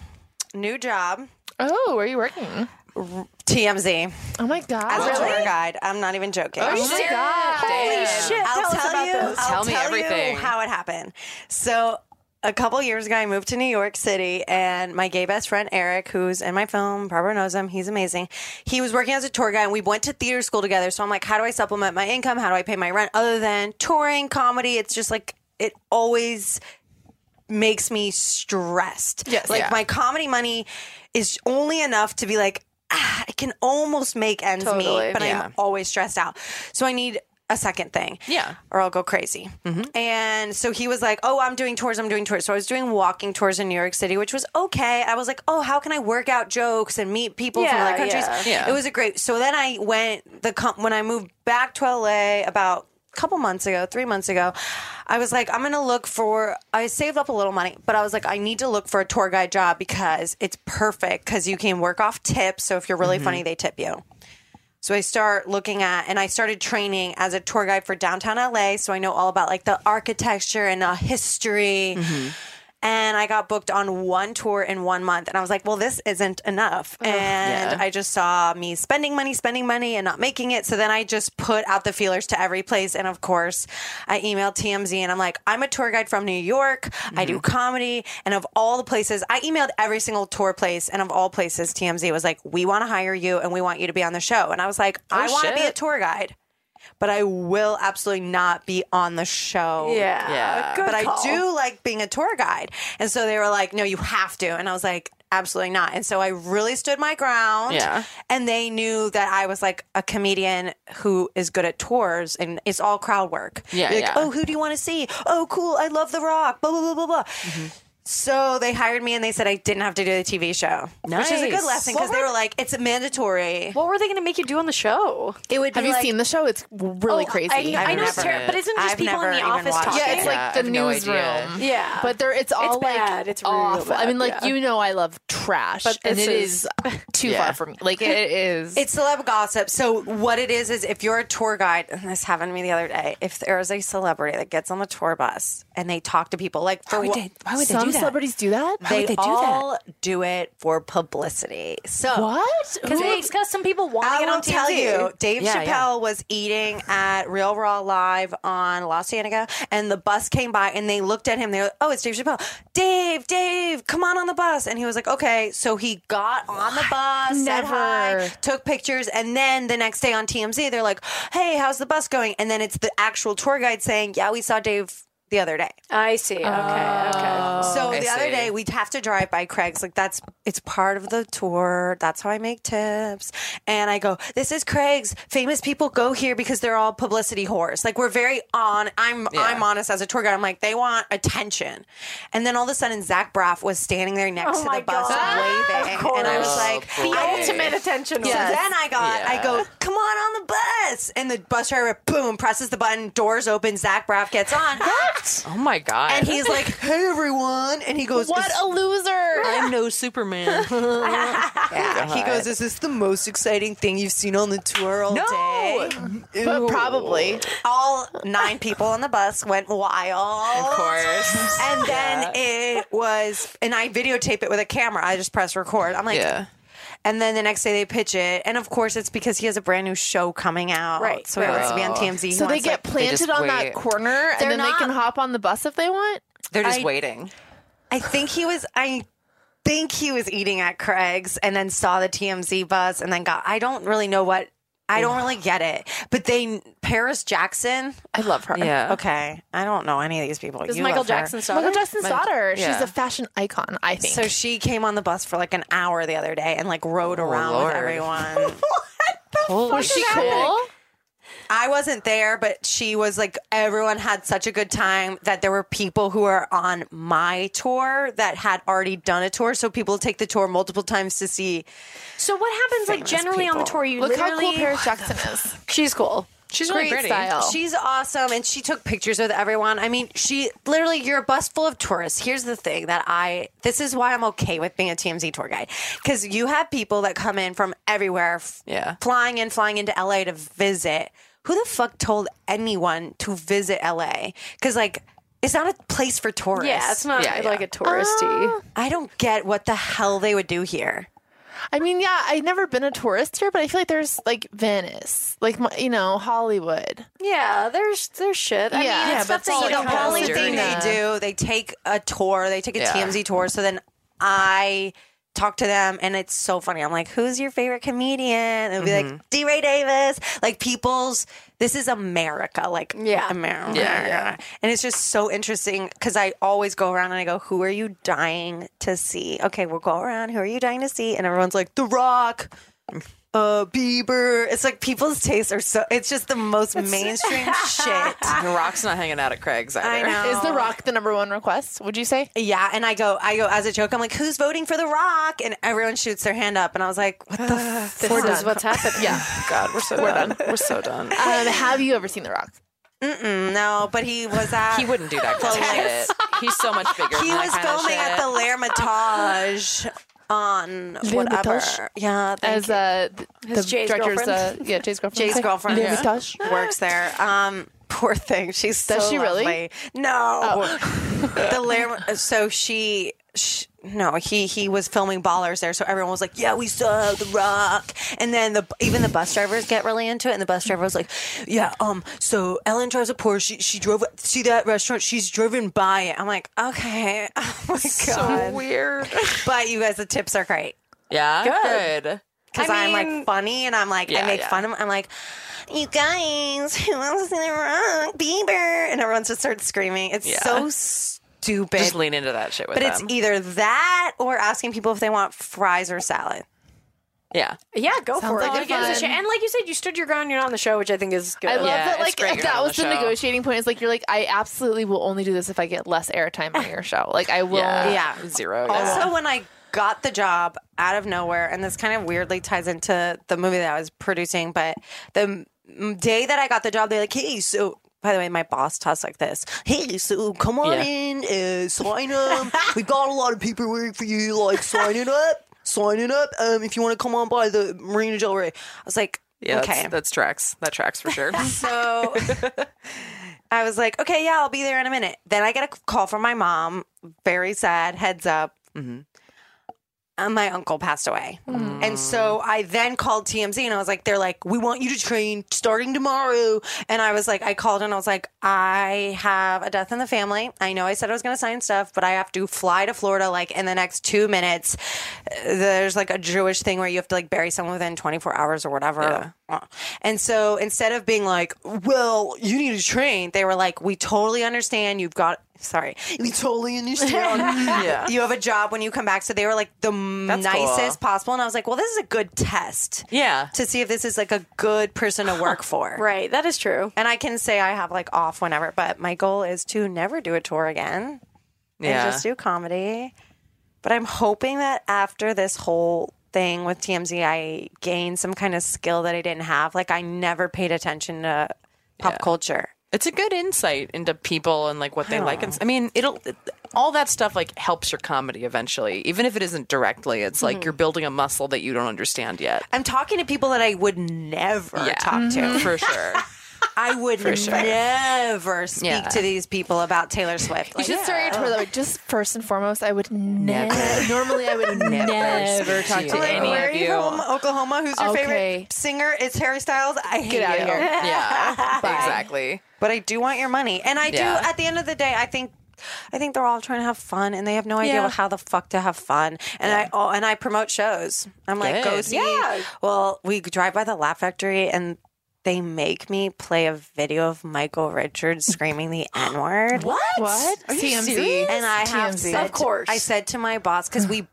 Speaker 6: New job,
Speaker 4: Oh, where are you working?
Speaker 6: TMZ,
Speaker 4: Oh my god!
Speaker 6: as a tour guide. I'm not even joking.
Speaker 4: Oh my god!
Speaker 2: Holy shit!
Speaker 6: Um, I'll
Speaker 2: tell,
Speaker 6: tell,
Speaker 2: us about
Speaker 6: you.
Speaker 2: this.
Speaker 6: I'll
Speaker 3: Tell me
Speaker 6: you
Speaker 3: everything.
Speaker 6: how it happened. So a couple years ago, I moved to New York City, and my gay best friend Eric, who's in my film, Barbara knows him. He's amazing. He was working as a tour guide, and we went to theater school together. So I'm like, how do I supplement my income? How do I pay my rent? Other than touring comedy, it's just like it always makes me stressed.
Speaker 4: Yes.
Speaker 6: like
Speaker 4: Yeah.
Speaker 6: my comedy money is only enough to be like. Ah, I can almost make ends
Speaker 4: Totally.
Speaker 6: meet, but
Speaker 3: Yeah.
Speaker 6: I'm always stressed out. So I need a second thing.
Speaker 3: Yeah.
Speaker 6: Or I'll go crazy.
Speaker 2: Mm-hmm.
Speaker 6: And so he was like, Oh, I'm doing tours. I'm doing tours. So I was doing walking tours in New York City, which was okay. I was like, Oh, how can I work out jokes and meet people from
Speaker 2: Yeah,
Speaker 6: other countries?
Speaker 2: yeah.
Speaker 3: Yeah.
Speaker 6: It was a great. So then I went, the com- when I moved back to LA about a couple months ago, three months ago, I was like, I'm going to look for, I saved up a little money, but I was like, I need to look for a tour guide job because it's perfect because you can work off tips. So if you're really funny, they tip you. So I start looking at, and I started training as a tour guide for downtown LA. So I know all about like the architecture and the history. and I got booked on one tour in one month. And I was like, well, this isn't enough. And
Speaker 3: Yeah.
Speaker 6: I just saw me spending money, spending money, and not making it. So then I just put out the feelers to every place. And of course, I emailed TMZ and I'm like, I'm a tour guide from New York. I
Speaker 3: Mm-hmm.
Speaker 6: do comedy. And of all the places, I emailed every single tour place. And of all places, TMZ was like, we want to hire you and we want you to be on the show. And I was like, I want to be
Speaker 3: Oh, shit.
Speaker 6: a tour guide. But I will absolutely not be on the show
Speaker 4: Oh,
Speaker 2: Yeah.
Speaker 3: Yeah.
Speaker 2: Good
Speaker 6: but
Speaker 2: call.
Speaker 6: I do like being a tour guide. And so they were like, no, you have to. And I was like, absolutely not. And so I really stood my ground.
Speaker 3: Yeah.
Speaker 6: And they knew that I was like a comedian who is good at tours and it's all crowd work.
Speaker 3: Yeah,
Speaker 6: You're like,
Speaker 3: yeah.
Speaker 6: oh, who do you want to see? Oh, cool. I love The Rock. Blah, blah, blah, blah, blah.
Speaker 3: Mm-hmm.
Speaker 6: So they hired me and they said I didn't have to do the TV show, which is a
Speaker 3: Nice.
Speaker 6: good lesson because they were like, it's mandatory.
Speaker 2: What were they going to make you do on the show?
Speaker 6: It would be
Speaker 4: Have you
Speaker 6: like-
Speaker 4: seen the show? It's really
Speaker 2: Oh,
Speaker 4: crazy.
Speaker 2: I, kn- I know it's
Speaker 6: never-
Speaker 2: terrible, but isn't it just
Speaker 6: I've
Speaker 2: people in
Speaker 6: never
Speaker 2: the
Speaker 6: even
Speaker 2: office
Speaker 6: watched
Speaker 2: talking?
Speaker 4: yeah, it's
Speaker 3: Yeah, I
Speaker 4: like the
Speaker 3: have no
Speaker 4: newsroom.
Speaker 3: idea.
Speaker 2: Yeah.
Speaker 4: but there it's all like
Speaker 2: bad. It's real
Speaker 4: awful. I mean,
Speaker 2: bad,
Speaker 4: like
Speaker 2: yeah.
Speaker 4: you know, I love trash,
Speaker 2: But
Speaker 4: and
Speaker 2: this
Speaker 4: it
Speaker 2: is-
Speaker 4: is too
Speaker 3: Yeah.
Speaker 4: far for me. Like it is.
Speaker 6: It's celeb gossip. So what it is is if you're a tour guide, and this happened to me the other day, if there is a celebrity that gets on the tour bus and they talk to people, like for what
Speaker 3: Why would
Speaker 4: some celebrities do that.
Speaker 6: they,
Speaker 3: would they do
Speaker 6: all do it for publicity. So
Speaker 4: what?
Speaker 2: Because some people want to
Speaker 6: I
Speaker 2: get
Speaker 6: will
Speaker 2: on
Speaker 6: tell
Speaker 2: TV.
Speaker 6: you, Dave
Speaker 3: Yeah,
Speaker 6: Chappelle
Speaker 3: yeah.
Speaker 6: was eating at Real Raw Live on La Cienega, and the bus came by, and they looked at him. They were, oh, it's Dave Chappelle. Dave, Dave, come on on the bus, and he was like, okay. So he got on the bus, said hi,
Speaker 4: Never.
Speaker 6: took pictures, and then the next day on TMZ, they're like, hey, how's the bus going? And then it's the actual tour guide saying, yeah, we saw Dave the other day.
Speaker 2: I see. Okay.
Speaker 4: Oh,
Speaker 2: okay.
Speaker 6: So
Speaker 3: I
Speaker 6: the other
Speaker 3: see.
Speaker 6: day we'd have to drive by Craig's. Like that's it's part of the tour. That's how I make tips. And I go, this is Craig's. Famous people go here because they're all publicity whores. Like we're very on. I'm I'm honest as a tour guide. I'm like they want attention. And then all of a sudden Zach Braff was standing there next
Speaker 2: Oh
Speaker 6: to
Speaker 2: my
Speaker 6: the bus
Speaker 2: God.
Speaker 6: waving,
Speaker 2: Of
Speaker 6: and I was
Speaker 2: course.
Speaker 6: like,
Speaker 3: Oh,
Speaker 2: The
Speaker 3: boy.
Speaker 6: I-
Speaker 2: ultimate attention.
Speaker 6: so
Speaker 2: Yeah.
Speaker 6: then I got, I
Speaker 3: Yeah.
Speaker 6: go, come on on the bus. And the bus driver, boom, presses the button, doors open, Zach Braff gets on.
Speaker 3: Oh my god! [LAUGHS]
Speaker 6: And he's like, hey, everyone. And he goes,
Speaker 4: what
Speaker 6: "Is-
Speaker 4: a loser!
Speaker 3: I'm no Superman.
Speaker 6: Yeah. He
Speaker 3: God.
Speaker 6: goes, Is this the most exciting thing you've seen on the tour all
Speaker 3: No.
Speaker 6: day?
Speaker 4: But probably
Speaker 6: [LAUGHS] All nine people on the bus went wild.
Speaker 3: of course.
Speaker 6: And then it was, and I videotape it with a camera. I just press record. I'm like,
Speaker 3: Yeah.
Speaker 6: and then the next day they pitch it. And of course, it's because he has a brand new show coming out.
Speaker 2: Right,
Speaker 6: So he wants to be on
Speaker 3: right.
Speaker 6: TMZ. He
Speaker 4: So they
Speaker 6: wants,
Speaker 4: get
Speaker 6: like-
Speaker 4: planted
Speaker 3: just
Speaker 4: on
Speaker 3: wait.
Speaker 4: that corner, and then
Speaker 6: not-
Speaker 4: they can hop on the bus if they want.
Speaker 3: They're just
Speaker 6: I-
Speaker 3: waiting.
Speaker 6: I think he was, I think he was eating at Craig's and then saw the TMZ bus and then got, I don't really know what, I don't really get it. But they, Paris Jackson,
Speaker 4: I love her.
Speaker 3: Yeah.
Speaker 6: Okay, I don't know any of these people.
Speaker 2: Is
Speaker 6: You
Speaker 2: Michael
Speaker 6: love her.
Speaker 2: Jackson's daughter?
Speaker 4: Michael Jackson's daughter.
Speaker 3: yeah.
Speaker 4: She's a fashion icon. I think.
Speaker 6: So she came on the bus for like an hour the other day and like rode around
Speaker 3: Lord.
Speaker 6: with everyone.
Speaker 3: Holy
Speaker 4: was she
Speaker 3: shit.
Speaker 4: cool?
Speaker 6: I wasn't there, but she was like everyone had such a good time that there were people who are on my tour that had already done a tour, so people take the tour multiple times to see.
Speaker 2: So what happens like
Speaker 6: Famous
Speaker 2: generally on the
Speaker 6: people.
Speaker 2: tour? You
Speaker 4: Look how
Speaker 2: literally
Speaker 4: cool Paris Jackson is.
Speaker 2: she's cool.
Speaker 3: She's really
Speaker 4: Great
Speaker 3: pretty.
Speaker 4: style.
Speaker 6: She's awesome, and she took pictures with everyone. I mean, she literally, you're a bus full of tourists. Here's the thing that I, this is why I'm okay with being a TMZ tour guide, because you have people that come in from everywhere, f-
Speaker 3: Yeah.
Speaker 6: flying in, flying into LA to visit. Who the fuck told anyone to visit LA? Because like, it's not a place for tourists.
Speaker 2: Yeah, it's not
Speaker 3: Yeah, yeah.
Speaker 2: like a touristy.
Speaker 6: I don't get what the hell they would do here.
Speaker 4: I mean, yeah, I've never been a tourist here, but I feel like there's like Venice, like my- you know, Hollywood.
Speaker 2: yeah, there's there's shit. I
Speaker 4: Yeah.
Speaker 2: mean,
Speaker 4: Yeah,
Speaker 2: it's stuff
Speaker 4: but
Speaker 2: that
Speaker 4: it's
Speaker 2: you
Speaker 4: all
Speaker 2: don't
Speaker 6: the
Speaker 3: kinda
Speaker 6: only
Speaker 2: really
Speaker 3: dirty.
Speaker 6: thing they do, they take a tour, they take a
Speaker 3: Yeah.
Speaker 6: TMZ tour. So then I talk to them, and it's so funny. I'm like, "Who's your favorite comedian?" It'll be
Speaker 3: Mm-hmm.
Speaker 6: like D. Ray Davis. Like people's. This is America. Like
Speaker 2: Yeah.
Speaker 6: America.
Speaker 3: Yeah, yeah.
Speaker 6: And it's just so interesting because I always go around and I go, "Who are you dying to see?" Okay, we'll go around. Who are you dying to see? And everyone's like, "The Rock." Uh, Bieber. It's like people's tastes are so. It's just the most mainstream shit.
Speaker 3: The Rock's not hanging out at Craig's either.
Speaker 6: I know.
Speaker 4: Is The Rock the number one request? Would you say?
Speaker 6: Yeah, and I go, I go as a joke. I'm like, "Who's voting for The Rock?" And everyone shoots their hand up, and I was like, "What
Speaker 3: [SIGHS]
Speaker 6: the?" f-?
Speaker 2: This is what's happening.
Speaker 4: [LAUGHS] Yeah.
Speaker 3: God, [LAUGHS] we're so done. We're so done.
Speaker 4: Um, have you ever seen The Rock?
Speaker 6: No, but he was at.
Speaker 3: He wouldn't do that kind
Speaker 6: Yes.
Speaker 3: of shit. He's so much bigger.
Speaker 6: Uh, He
Speaker 3: than
Speaker 6: was
Speaker 3: that kind of
Speaker 6: filming at
Speaker 3: shit.
Speaker 6: the L'Hermitage on whatever.
Speaker 4: L'Hermitage?
Speaker 6: Yeah, thank
Speaker 4: As uh, th- the
Speaker 2: Jay's
Speaker 4: director's
Speaker 2: girlfriend.
Speaker 4: uh, yeah, Jay's girlfriend.
Speaker 6: Jay's girlfriend.
Speaker 4: Louis Vuitton.
Speaker 6: you. works there. Um, poor thing. She's
Speaker 4: Does
Speaker 6: so
Speaker 4: she really? Oh.
Speaker 6: lovely. No. [LAUGHS] the lair. So she, sh No, he he was filming ballers there, so everyone was like, "Yeah, we saw The Rock." And then the even the bus drivers get really into it, and the bus driver was like, "Yeah, um, so Ellen drives a Porsche. She, she drove see that restaurant. She's driven by it." I'm like, "Okay, [LAUGHS] oh my god."
Speaker 3: So weird.
Speaker 6: But you guys, the tips are great
Speaker 3: Yeah. Good.
Speaker 6: because
Speaker 2: I
Speaker 6: I'm
Speaker 2: mean-
Speaker 6: like funny and I'm like
Speaker 3: Yeah,
Speaker 6: I make
Speaker 3: yeah.
Speaker 6: fun of. I'm like, you guys, [LAUGHS] who else is in the rock? Bieber, and everyone just starts screaming. It's
Speaker 3: Yeah.
Speaker 6: so stupid.
Speaker 3: Just lean into that shit with
Speaker 6: but
Speaker 3: them.
Speaker 6: it's either that or asking people if they want fries or salad. e-
Speaker 3: yeah.
Speaker 2: Yeah, go for it.
Speaker 4: like
Speaker 2: If it was a
Speaker 4: fun.
Speaker 2: sh- and like you said, you stood your ground. You're not on the show, which I think is good.
Speaker 4: I love
Speaker 3: Yeah,
Speaker 4: that.
Speaker 3: it's
Speaker 4: Like
Speaker 3: great you're not
Speaker 4: that
Speaker 3: on
Speaker 4: was
Speaker 3: the
Speaker 4: the
Speaker 3: show.
Speaker 4: negotiating point. It's like you're like, I absolutely will only do this if I get less airtime on your show. Like I will.
Speaker 3: Yeah.
Speaker 6: Yeah.
Speaker 3: Zero.
Speaker 6: Also, when I got the job out of nowhere, and this kind of weirdly ties into the movie that I was producing, but the m- day that I got the job, they're like, hey, so. By the way, my boss talks like this. Hey, so come on
Speaker 3: Yeah.
Speaker 6: in, uh, sign up. We've got a lot of paperwork for you, like signing up, signing up. Um, if you want to come on by the Marina Del Rey, I was like,
Speaker 3: yeah,
Speaker 6: okay,
Speaker 3: That's, that's tracks. That tracks for sure.
Speaker 6: [LAUGHS] so I was like, okay, yeah, I'll be there in a minute. Then I get a call from my mom, very sad, heads up. And Uh, my uncle passed away. And so I then called TMZ and I was like, they're like, we want you to train starting tomorrow. And I was like, I called and I was like, I have a death in the family. I know I said I was going to sign stuff, but I have to fly to Florida like in the next two minutes. There's like a Jewish thing where you have to like bury someone within 24 hours or whatever. Uh, And so instead of being like, well, you need to train, they were like, we totally understand. You've got, sorry, we totally understand.
Speaker 3: [LAUGHS] Yeah.
Speaker 6: You have a job when you come back. So they were like the
Speaker 3: That's
Speaker 6: nicest
Speaker 3: cool.
Speaker 6: possible. And I was like, well, this is a good test
Speaker 3: yeah.
Speaker 6: to see if this is like a good person to
Speaker 3: [LAUGHS]
Speaker 6: work for.
Speaker 2: Right, that is true.
Speaker 6: And I can say I have like off whenever, but my goal is to never do a tour again
Speaker 3: Yeah.
Speaker 6: and just do comedy. But I'm hoping that after this whole thing with TMZ, I gain some kind of skill that I didn't have. Like I never paid attention to pop
Speaker 3: Yeah.
Speaker 6: culture.
Speaker 3: it's a good insight into people and like what they like. And I mean, it'll all that stuff like helps your comedy eventually, even if it isn't directly. It's
Speaker 6: Mm-hmm.
Speaker 3: like you're building a muscle that you don't understand yet.
Speaker 6: I'm talking to people that I would never talk to.
Speaker 3: Mm-hmm. for
Speaker 6: [LAUGHS]
Speaker 3: sure.
Speaker 6: I would never speak
Speaker 3: Yeah.
Speaker 6: to these people about Taylor Swift.
Speaker 4: You
Speaker 6: Like,
Speaker 4: should start your tour that way. Just first and foremost, I would never.
Speaker 3: Never.
Speaker 4: [LAUGHS] normally, I would never, talk to
Speaker 3: to
Speaker 6: Like,
Speaker 3: any
Speaker 6: where
Speaker 3: of
Speaker 6: are you
Speaker 3: you.
Speaker 6: from? Oklahoma. Who's your
Speaker 4: Okay.
Speaker 6: favorite singer? It's Harry Styles. I hate
Speaker 4: Get out
Speaker 6: you.
Speaker 4: of here.
Speaker 6: [LAUGHS]
Speaker 3: yeah, exactly.
Speaker 6: But I do want your money, and I
Speaker 3: Yeah.
Speaker 6: do. At the end of the day, I think. I think they're all trying to have fun, and they have no idea
Speaker 3: Yeah.
Speaker 6: how the fuck to have fun. And I oh, and I promote shows. I'm like, go
Speaker 3: Good.
Speaker 6: see. Well, we drive by the Laugh Factory, and they make me play a video of Michael Richards screaming the N word. What?
Speaker 4: What? TMZ.
Speaker 6: And I have
Speaker 4: TMZ.
Speaker 6: said,
Speaker 2: Of course.
Speaker 6: I said to my boss because we
Speaker 2: [SIGHS]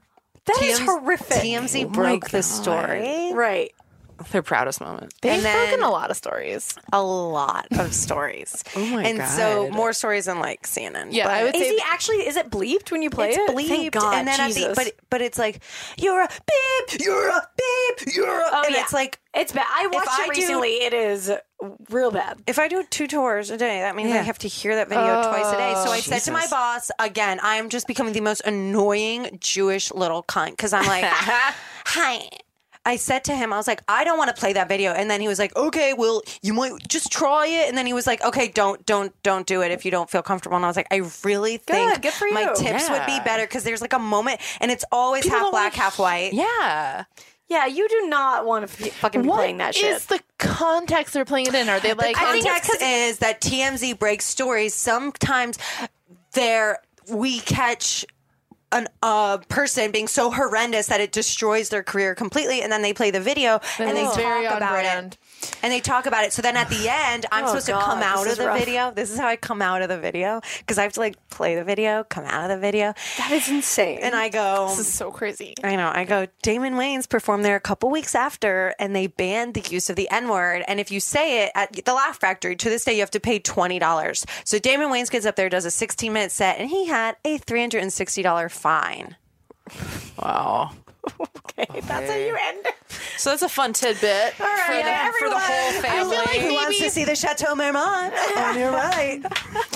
Speaker 2: That is
Speaker 6: TMZ
Speaker 2: horrific. Oh
Speaker 6: TMZ broke the story.
Speaker 2: Right.
Speaker 3: Their proudest moment.
Speaker 4: They've
Speaker 6: and then-
Speaker 4: broken a lot of stories.
Speaker 6: a lot
Speaker 2: [LAUGHS]
Speaker 6: of stories. oh
Speaker 3: my
Speaker 6: and so
Speaker 3: God.
Speaker 6: more stories than like CNN.
Speaker 4: Yeah,
Speaker 6: but
Speaker 4: I would
Speaker 2: Is
Speaker 4: say
Speaker 2: he actually? Is it bleeped when you play
Speaker 6: it's
Speaker 2: it?
Speaker 6: bleeped,
Speaker 2: Thank God,
Speaker 6: and then
Speaker 2: Jesus.
Speaker 6: at the but but it's like you're a babe, you're a babe, you're a, and
Speaker 2: Oh, yeah.
Speaker 6: it's like
Speaker 2: it's bad. I watched
Speaker 6: I
Speaker 2: it
Speaker 6: do-
Speaker 2: recently. it is real bad.
Speaker 6: if I do two tours a day, that means I
Speaker 3: Yeah.
Speaker 6: have to hear that video twice a day. So I said to my
Speaker 3: Jesus.
Speaker 6: boss again, I am just becoming the most annoying Jewish little cunt because I'm like, hi. I said to him, I was like, I don't want to play that video. And then he was like, okay, well, you might just try it. And then he was like, okay, don't, don't, don't do it if you don't feel comfortable. And I was like, I really think
Speaker 2: good for
Speaker 6: my
Speaker 2: you.
Speaker 6: tips would be
Speaker 3: Yeah.
Speaker 6: better because there's like a moment and it's always half
Speaker 3: don't wanna
Speaker 6: black, half white.
Speaker 3: Yeah.
Speaker 2: Yeah, you do not want to f- fucking be playing that shit.
Speaker 4: is the context they're playing it in? Are they like?
Speaker 6: I think context is that TMZ breaks stories. Sometimes there we catch an uh, person being so horrendous that it destroys their career completely, and then they play the video and they
Speaker 4: it's
Speaker 6: talk
Speaker 4: very on
Speaker 6: about
Speaker 4: brand.
Speaker 6: it. And they talk about it. So then
Speaker 2: [SIGHS]
Speaker 6: at the end, I'm supposed
Speaker 2: Oh, God,
Speaker 6: to come
Speaker 2: this
Speaker 6: out
Speaker 2: is
Speaker 6: of the
Speaker 2: rough.
Speaker 6: video. This is how I come out of the video because I have to like play the video, come out of the video,
Speaker 2: that is insane.
Speaker 6: and I go.
Speaker 4: this is so crazy.
Speaker 6: I know. I go, Damon Wayans performed there a couple weeks after, and they banned the use of the N word. And if you say it at the Laugh Factory, to this day, you have to pay $20. So Damon Wayans gets up there, does a 16 minute set, and he had a $360 fine.
Speaker 3: Wow.
Speaker 2: that's how you end.
Speaker 3: So that's a fun tidbit for, the, for the whole family.
Speaker 6: Who wants to see the
Speaker 3: [LAUGHS]
Speaker 6: Chateau Marmont? On your right.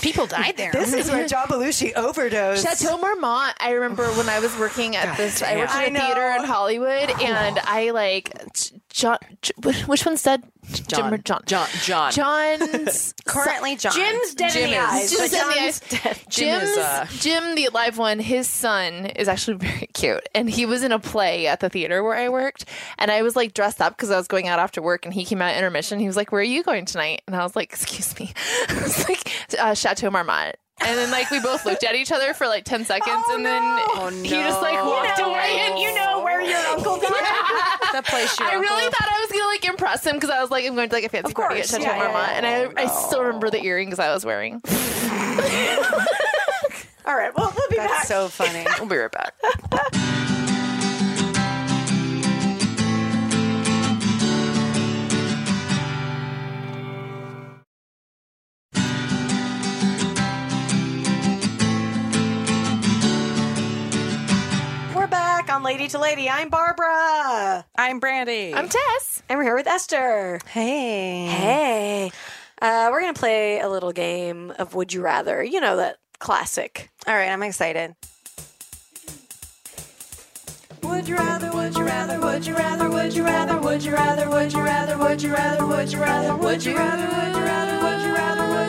Speaker 4: People died there.
Speaker 6: This is where John Belushi overdosed.
Speaker 4: Chateau Marmont. I remember when I was working at this. I worked
Speaker 6: I
Speaker 4: at a
Speaker 6: know.
Speaker 4: theater in Hollywood, and I like t- John. J- which one's dead? Jim or John.
Speaker 3: John. John.
Speaker 4: John's
Speaker 6: Currently, John.
Speaker 2: Jim's dead in
Speaker 3: Jim
Speaker 2: the
Speaker 3: is-
Speaker 2: eyes.
Speaker 4: Jim's
Speaker 2: but
Speaker 4: dead in the
Speaker 2: John's dead.
Speaker 3: Jim
Speaker 4: Jim's
Speaker 3: is, uh,
Speaker 4: Jim, the live one, his son is actually [LAUGHS] very cute, and he was in a play at the theater where I worked, and I was like dressed up because I was going out after work, and he came out at intermission. He was like, "Where are you going tonight?" And I was like, "Excuse me," [LAUGHS] I was like, uh, "Chateau Marmont." And then like we both looked at each other for like ten seconds, and
Speaker 3: Oh,
Speaker 4: then [LAUGHS] he just like walked
Speaker 2: Oh, You know
Speaker 4: away.
Speaker 2: where-
Speaker 4: And
Speaker 2: you know where [LAUGHS] your uncle died.
Speaker 3: [LAUGHS] that place your
Speaker 4: I really
Speaker 3: uncle-
Speaker 4: thought I was gonna like impress him because I was like, I'm going to like a fancy party at
Speaker 2: course,
Speaker 4: Chateau
Speaker 2: yeah, yeah,
Speaker 4: Marmont,
Speaker 2: yeah. Oh.
Speaker 4: and I I still remember the earrings I was wearing.
Speaker 2: All right, well we'll be back.
Speaker 6: That's
Speaker 3: [LAUGHS]
Speaker 6: so funny.
Speaker 3: We'll be right back.
Speaker 2: We're back on Lady to Lady. I'm Barbara.
Speaker 3: I'm Brandy.
Speaker 4: I'm Tess.
Speaker 2: And we're here with Esther.
Speaker 6: Hey.
Speaker 2: Hey. Uh, we're gonna play a little game of Would You Rather. You know that classic.
Speaker 6: All right, I'm excited.
Speaker 2: Would you rather, would you rather, would you rather, would you rather, would you rather, would you rather, would you rather, would you rather, would you rather, would you rather, would you rather, would you rather, would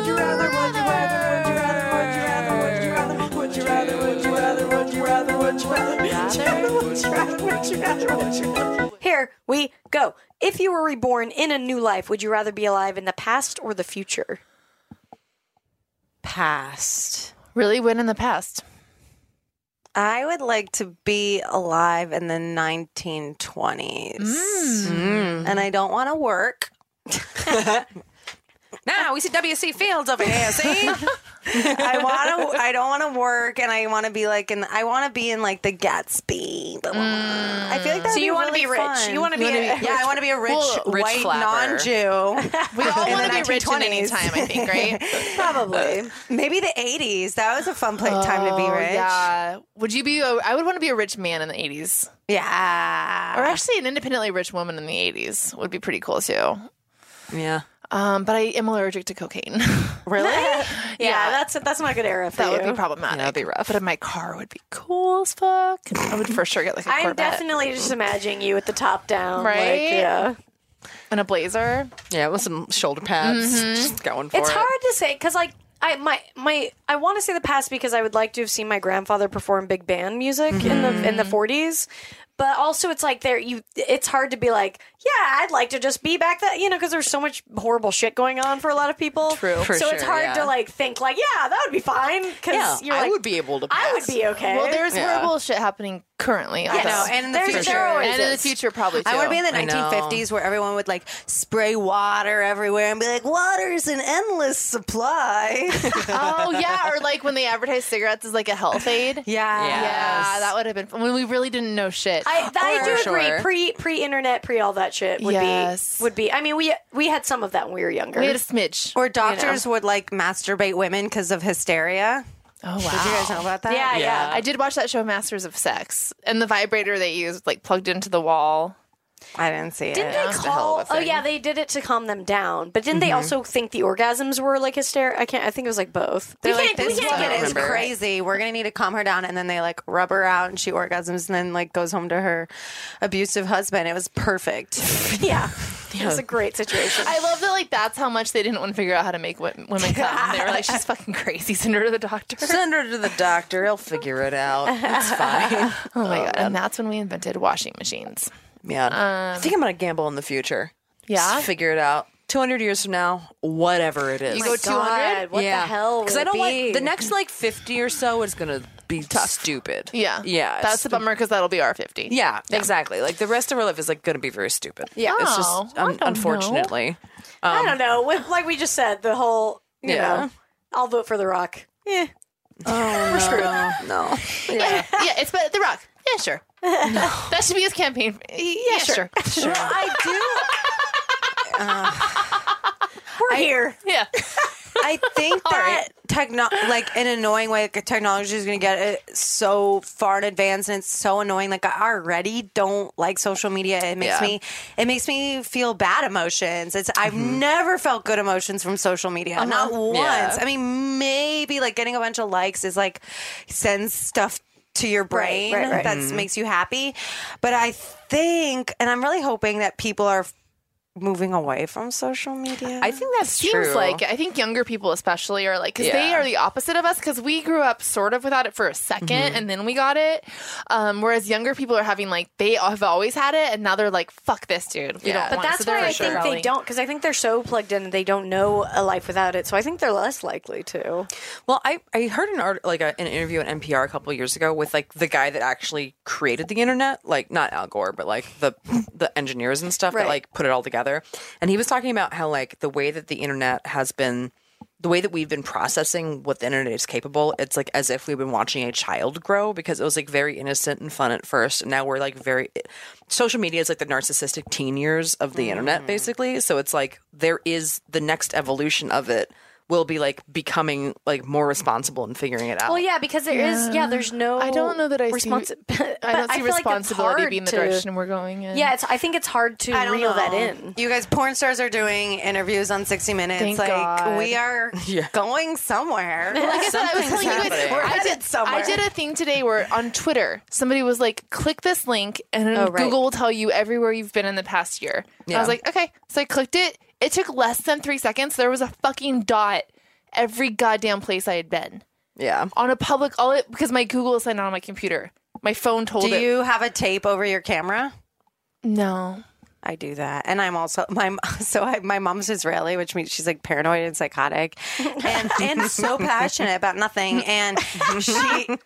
Speaker 2: you rather, would you rather, would you rather, would you rather, would you rather, would you rather, would you rather, would you rather, would you rather, would you rather. Here we go. If you were reborn in a new life, would you rather be alive in the past or the future?
Speaker 6: Past.
Speaker 4: Really, when in the past?
Speaker 6: I would like to be alive in the 1920s. And I don't want to work.
Speaker 3: Now we see WC Fields over here. See,
Speaker 6: [LAUGHS] I want to I don't want to work and I want to be like in I want to be in like the Gatsby. Blah, blah, blah. I feel like that
Speaker 2: So
Speaker 6: would
Speaker 2: you
Speaker 6: want to
Speaker 2: be rich. You want to be a
Speaker 6: Yeah, I want to be a rich,
Speaker 4: Well,
Speaker 3: rich
Speaker 6: white
Speaker 3: flapper.
Speaker 6: non-Jew.
Speaker 4: We all
Speaker 6: In
Speaker 4: want
Speaker 6: the
Speaker 4: to be rich [LAUGHS] in any
Speaker 6: 1920s.
Speaker 4: time, I think, right? [LAUGHS]
Speaker 2: probably.
Speaker 6: Maybe the 80s. That was a fun play, time to be
Speaker 4: Oh,
Speaker 6: rich.
Speaker 4: Yeah. Would you be? A, I would want to be a rich man in the eighties,
Speaker 6: Yeah.
Speaker 4: or actually, an independently rich woman in the eighties would be pretty cool too.
Speaker 3: yeah,
Speaker 4: Um, but I am allergic to cocaine. [LAUGHS]
Speaker 6: Really?
Speaker 2: Yeah, that's that's not a good era for
Speaker 4: that
Speaker 2: you.
Speaker 4: would be problematic.
Speaker 3: that'd be rough.
Speaker 4: But my car would be cool as fuck. I would for sure get like a
Speaker 2: I'm
Speaker 4: Corvette
Speaker 2: definitely just imagining you with the top down,
Speaker 4: Right?
Speaker 2: Like, yeah,
Speaker 4: and a blazer.
Speaker 3: yeah, with some shoulder pads, just going for
Speaker 2: it's
Speaker 3: it.
Speaker 2: hard to say because like I my my I want to say the past because I would like to have seen my grandfather perform big band music in
Speaker 3: Mm-hmm.
Speaker 2: the in the 40s, but also it's like there you it's hard to be like yeah I'd like to just be back that you know because there's so much horrible shit going on for a lot of people.
Speaker 3: True.
Speaker 2: so
Speaker 3: For
Speaker 2: it's
Speaker 3: sure,
Speaker 2: hard
Speaker 3: yeah.
Speaker 2: to like think like yeah that would be fine because
Speaker 3: Yeah,
Speaker 2: you're
Speaker 3: I
Speaker 2: like,
Speaker 3: would be able to. Pass.
Speaker 2: I would be okay.
Speaker 4: Well, there's
Speaker 3: Yeah.
Speaker 4: horrible shit happening currently.
Speaker 2: Yes.
Speaker 4: also.
Speaker 6: know, and in the
Speaker 2: There's-
Speaker 6: future.
Speaker 2: there always
Speaker 4: and in the
Speaker 2: is.
Speaker 4: future probably too.
Speaker 6: I want to be
Speaker 4: [LAUGHS]
Speaker 6: in the
Speaker 3: I know.
Speaker 6: 1950s where everyone would like spray water everywhere and be like, water is an
Speaker 2: [LAUGHS]
Speaker 6: endless supply.
Speaker 4: oh yeah, or like when they advertise cigarettes as like a health aid.
Speaker 6: yeah.
Speaker 4: Yeah, that would have been fun when we really didn't know shit.
Speaker 2: I, I
Speaker 3: Or-
Speaker 2: do
Speaker 3: Sure.
Speaker 2: agree. Pre pre internet, pre all that shit would
Speaker 4: Yes.
Speaker 2: be would be. I mean, we we had some of that when we were younger.
Speaker 4: we had a smidge.
Speaker 6: Or doctors would like masturbate women because of hysteria.
Speaker 4: oh wow.
Speaker 6: Did you guys know about that?
Speaker 2: yeah, yeah.
Speaker 4: I did watch that show Masters of Sex, and the vibrator they used like plugged into the wall.
Speaker 6: I didn't see it.
Speaker 2: Didn't
Speaker 4: Yeah,
Speaker 2: they
Speaker 4: that's a hell
Speaker 2: call?
Speaker 4: of a
Speaker 2: Oh
Speaker 4: thing.
Speaker 2: yeah, they did it to calm them down. But didn't they also think the orgasms were like hysterical? I can't. I think it was like both.
Speaker 6: They're
Speaker 2: we
Speaker 6: like,
Speaker 2: can't.
Speaker 6: this
Speaker 2: We can't
Speaker 6: woman
Speaker 2: get
Speaker 6: is
Speaker 2: it.
Speaker 3: remember.
Speaker 6: crazy. We're gonna need to calm her down, and then they like rub her out, and she orgasms, and then like goes home to her abusive husband. It was perfect.
Speaker 2: [LAUGHS] Yeah, it was a great situation.
Speaker 4: I love that like that's how much they didn't want to figure out how to make wo- women come. they were like, she's fucking crazy. Send her to the doctor.
Speaker 3: Send her to the doctor. He'll figure it out. It's fine.
Speaker 4: Oh my god! And that's when we invented washing machines.
Speaker 3: Man, I think I'm gonna gamble in the future.
Speaker 4: Yeah?
Speaker 3: Just figure it out. 200 years from now, whatever it is.
Speaker 4: You go 200?
Speaker 2: What
Speaker 3: yeah.
Speaker 2: the hell?
Speaker 3: Because
Speaker 2: would
Speaker 3: I
Speaker 2: it
Speaker 3: don't
Speaker 2: be?
Speaker 3: like the next like 50 or so is gonna be stupid.
Speaker 4: Yeah,
Speaker 3: yeah.
Speaker 4: That's the
Speaker 3: it's-
Speaker 4: bummer because that'll be our fifty.
Speaker 3: Yeah, exactly. Like the rest of our life is like gonna be very stupid.
Speaker 2: Yeah.
Speaker 3: it's
Speaker 4: Oh,
Speaker 3: just
Speaker 4: I
Speaker 3: un-
Speaker 4: don't know.
Speaker 3: unfortunately.
Speaker 2: I don't know. With, like we just said, the whole. You
Speaker 3: Yeah.
Speaker 2: know, I'll vote for the Rock. Eh.
Speaker 6: We're screwed. No.
Speaker 4: yeah, yeah. It's but the Rock. Yeah, [LAUGHS] sure. That should be his campaign. Yeah, sure.
Speaker 6: Well, I do.
Speaker 2: [LAUGHS] Uh. We're here.
Speaker 4: Yeah.
Speaker 6: I
Speaker 2: [LAUGHS]
Speaker 6: think that techno, like in an annoying way, like, technology is going to get it so far in advance, and it's so annoying. Like I already don't like social media. It makes
Speaker 3: Yeah.
Speaker 6: me, it makes me feel bad emotions. It's I've
Speaker 2: Mm-hmm.
Speaker 6: never felt good emotions from social media,
Speaker 2: Uh-huh.
Speaker 6: not once.
Speaker 3: Yeah.
Speaker 6: I mean, maybe like getting a bunch of likes is like sends stuff to your brain
Speaker 2: right, Mm-hmm. right.
Speaker 6: that makes you happy. But I think, and I'm really hoping that people are moving away from social media.
Speaker 3: I think that's
Speaker 4: seems
Speaker 3: true.
Speaker 4: like it. I think younger people especially are like because they
Speaker 3: Yeah.
Speaker 4: are the opposite of us because we grew up sort of without it for a 2nd
Speaker 2: Mm-hmm.
Speaker 4: and then we got it. Um, whereas younger people are having like they have always had it and now they're like fuck this dude. We
Speaker 3: Yeah.
Speaker 4: don't
Speaker 3: But
Speaker 4: want it.
Speaker 2: That's
Speaker 4: So they're
Speaker 2: why I think they
Speaker 4: rebelling.
Speaker 2: don't, because I think they're so plugged in, they don't know a life without it. So I think they're less likely to.
Speaker 3: Well, I, I heard an art like a, an interview at NPR a couple of years ago with like the guy that actually created the internet, like not Al Gore, but like the the engineers and stuff
Speaker 2: Right.
Speaker 3: that like put it all together. And he was talking about how like the way that the internet has been the way that we've been processing what the internet is capable, it's like as if we've been watching a child grow because it was like very innocent and fun at first. And now we're like very social media is like the narcissistic teen years of the internet basically. So it's like there is the next evolution of it will be like becoming like more responsible and figuring it out.
Speaker 2: Well, yeah, because there is. yeah. there's no.
Speaker 4: I don't know that [LAUGHS] I see-
Speaker 2: responsi- [LAUGHS] but
Speaker 4: I don't see
Speaker 2: feel like it's
Speaker 4: responsibility
Speaker 2: hard
Speaker 4: being the
Speaker 2: to-
Speaker 4: direction we're going in.
Speaker 2: Yeah, it's, I think it's hard to
Speaker 6: I don't
Speaker 2: reel
Speaker 6: know.
Speaker 2: that in.
Speaker 6: You guys, porn stars are doing interviews on 60 Minutes.
Speaker 4: Thank
Speaker 6: like
Speaker 4: God.
Speaker 6: we are
Speaker 3: Yeah.
Speaker 6: going somewhere.
Speaker 4: Like I said, I was
Speaker 3: Something's
Speaker 4: telling you guys,
Speaker 3: happening.
Speaker 6: We're
Speaker 4: I
Speaker 6: headed
Speaker 4: did,
Speaker 6: somewhere.
Speaker 4: I did a thing today where on Twitter, somebody was like, click this link and
Speaker 2: Oh, right.
Speaker 4: Google will tell you everywhere you've been in the past year. And I was
Speaker 3: Yeah.
Speaker 4: like, okay. So I clicked it. It took less than three seconds. There was a fucking dot every goddamn place I had been
Speaker 3: Yeah.
Speaker 4: on a public, all it, because my Google is signed on my computer. My phone told
Speaker 6: do
Speaker 4: it.
Speaker 6: you have a tape over your camera?
Speaker 4: No.
Speaker 6: I do that, and I'm also my [LAUGHS] so I, my mom's Israeli, which means she's like paranoid and psychotic, and and so passionate about nothing. And she,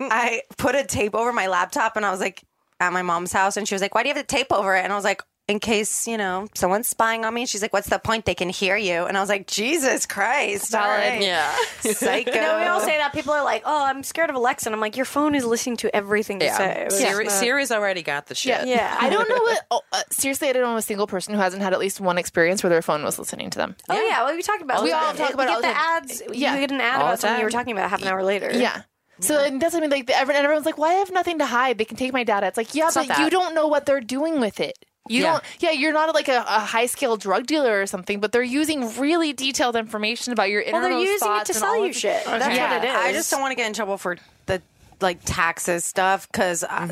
Speaker 6: I put a tape over my laptop, and I was like at my mom's house, and she was like, "Why do you have the tape over it?" And I was like. In case you know someone's spying on me, she's like, "What's the point? They can hear you." And I was like, "Jesus Christ, all
Speaker 4: Valid.
Speaker 6: right.
Speaker 3: Yeah.
Speaker 6: psycho."
Speaker 2: No, we all say that. People are like, "Oh, I'm scared of Alexa," and I'm like, "Your phone is listening to everything you say." It's
Speaker 3: Siri,
Speaker 2: not-
Speaker 3: Siri's already got the shit.
Speaker 2: Yeah.
Speaker 4: I don't know what, oh, uh, seriously, I don't know a single person who hasn't had at least one experience where their phone was listening to them.
Speaker 2: Oh yeah, well, we talked about
Speaker 4: We
Speaker 2: it.
Speaker 4: all talk about it
Speaker 2: you
Speaker 4: all
Speaker 2: get
Speaker 4: the
Speaker 2: the
Speaker 4: time.
Speaker 2: ads.
Speaker 4: Yeah.
Speaker 2: you get an ad
Speaker 3: All the
Speaker 2: about something you were
Speaker 3: time.
Speaker 2: talking about half an hour later.
Speaker 4: Yeah. So and that's what I mean. Like the, everyone, and everyone's like, "Well, I have nothing to hide. They can take my data." It's like, yeah,
Speaker 3: not
Speaker 4: but you
Speaker 3: that.
Speaker 4: don't know what they're doing with it. You
Speaker 3: Yeah.
Speaker 4: don't. Yeah, you're not like a, a high scale drug dealer or something, but they're using really detailed information about your
Speaker 2: Well,
Speaker 4: innermost
Speaker 2: they're using it
Speaker 4: thoughts
Speaker 2: to
Speaker 4: and all
Speaker 2: sell
Speaker 4: of Oh,
Speaker 2: you shit. That's
Speaker 4: Yeah.
Speaker 2: what it is.
Speaker 6: I just don't want to get in trouble for the like taxes stuff because I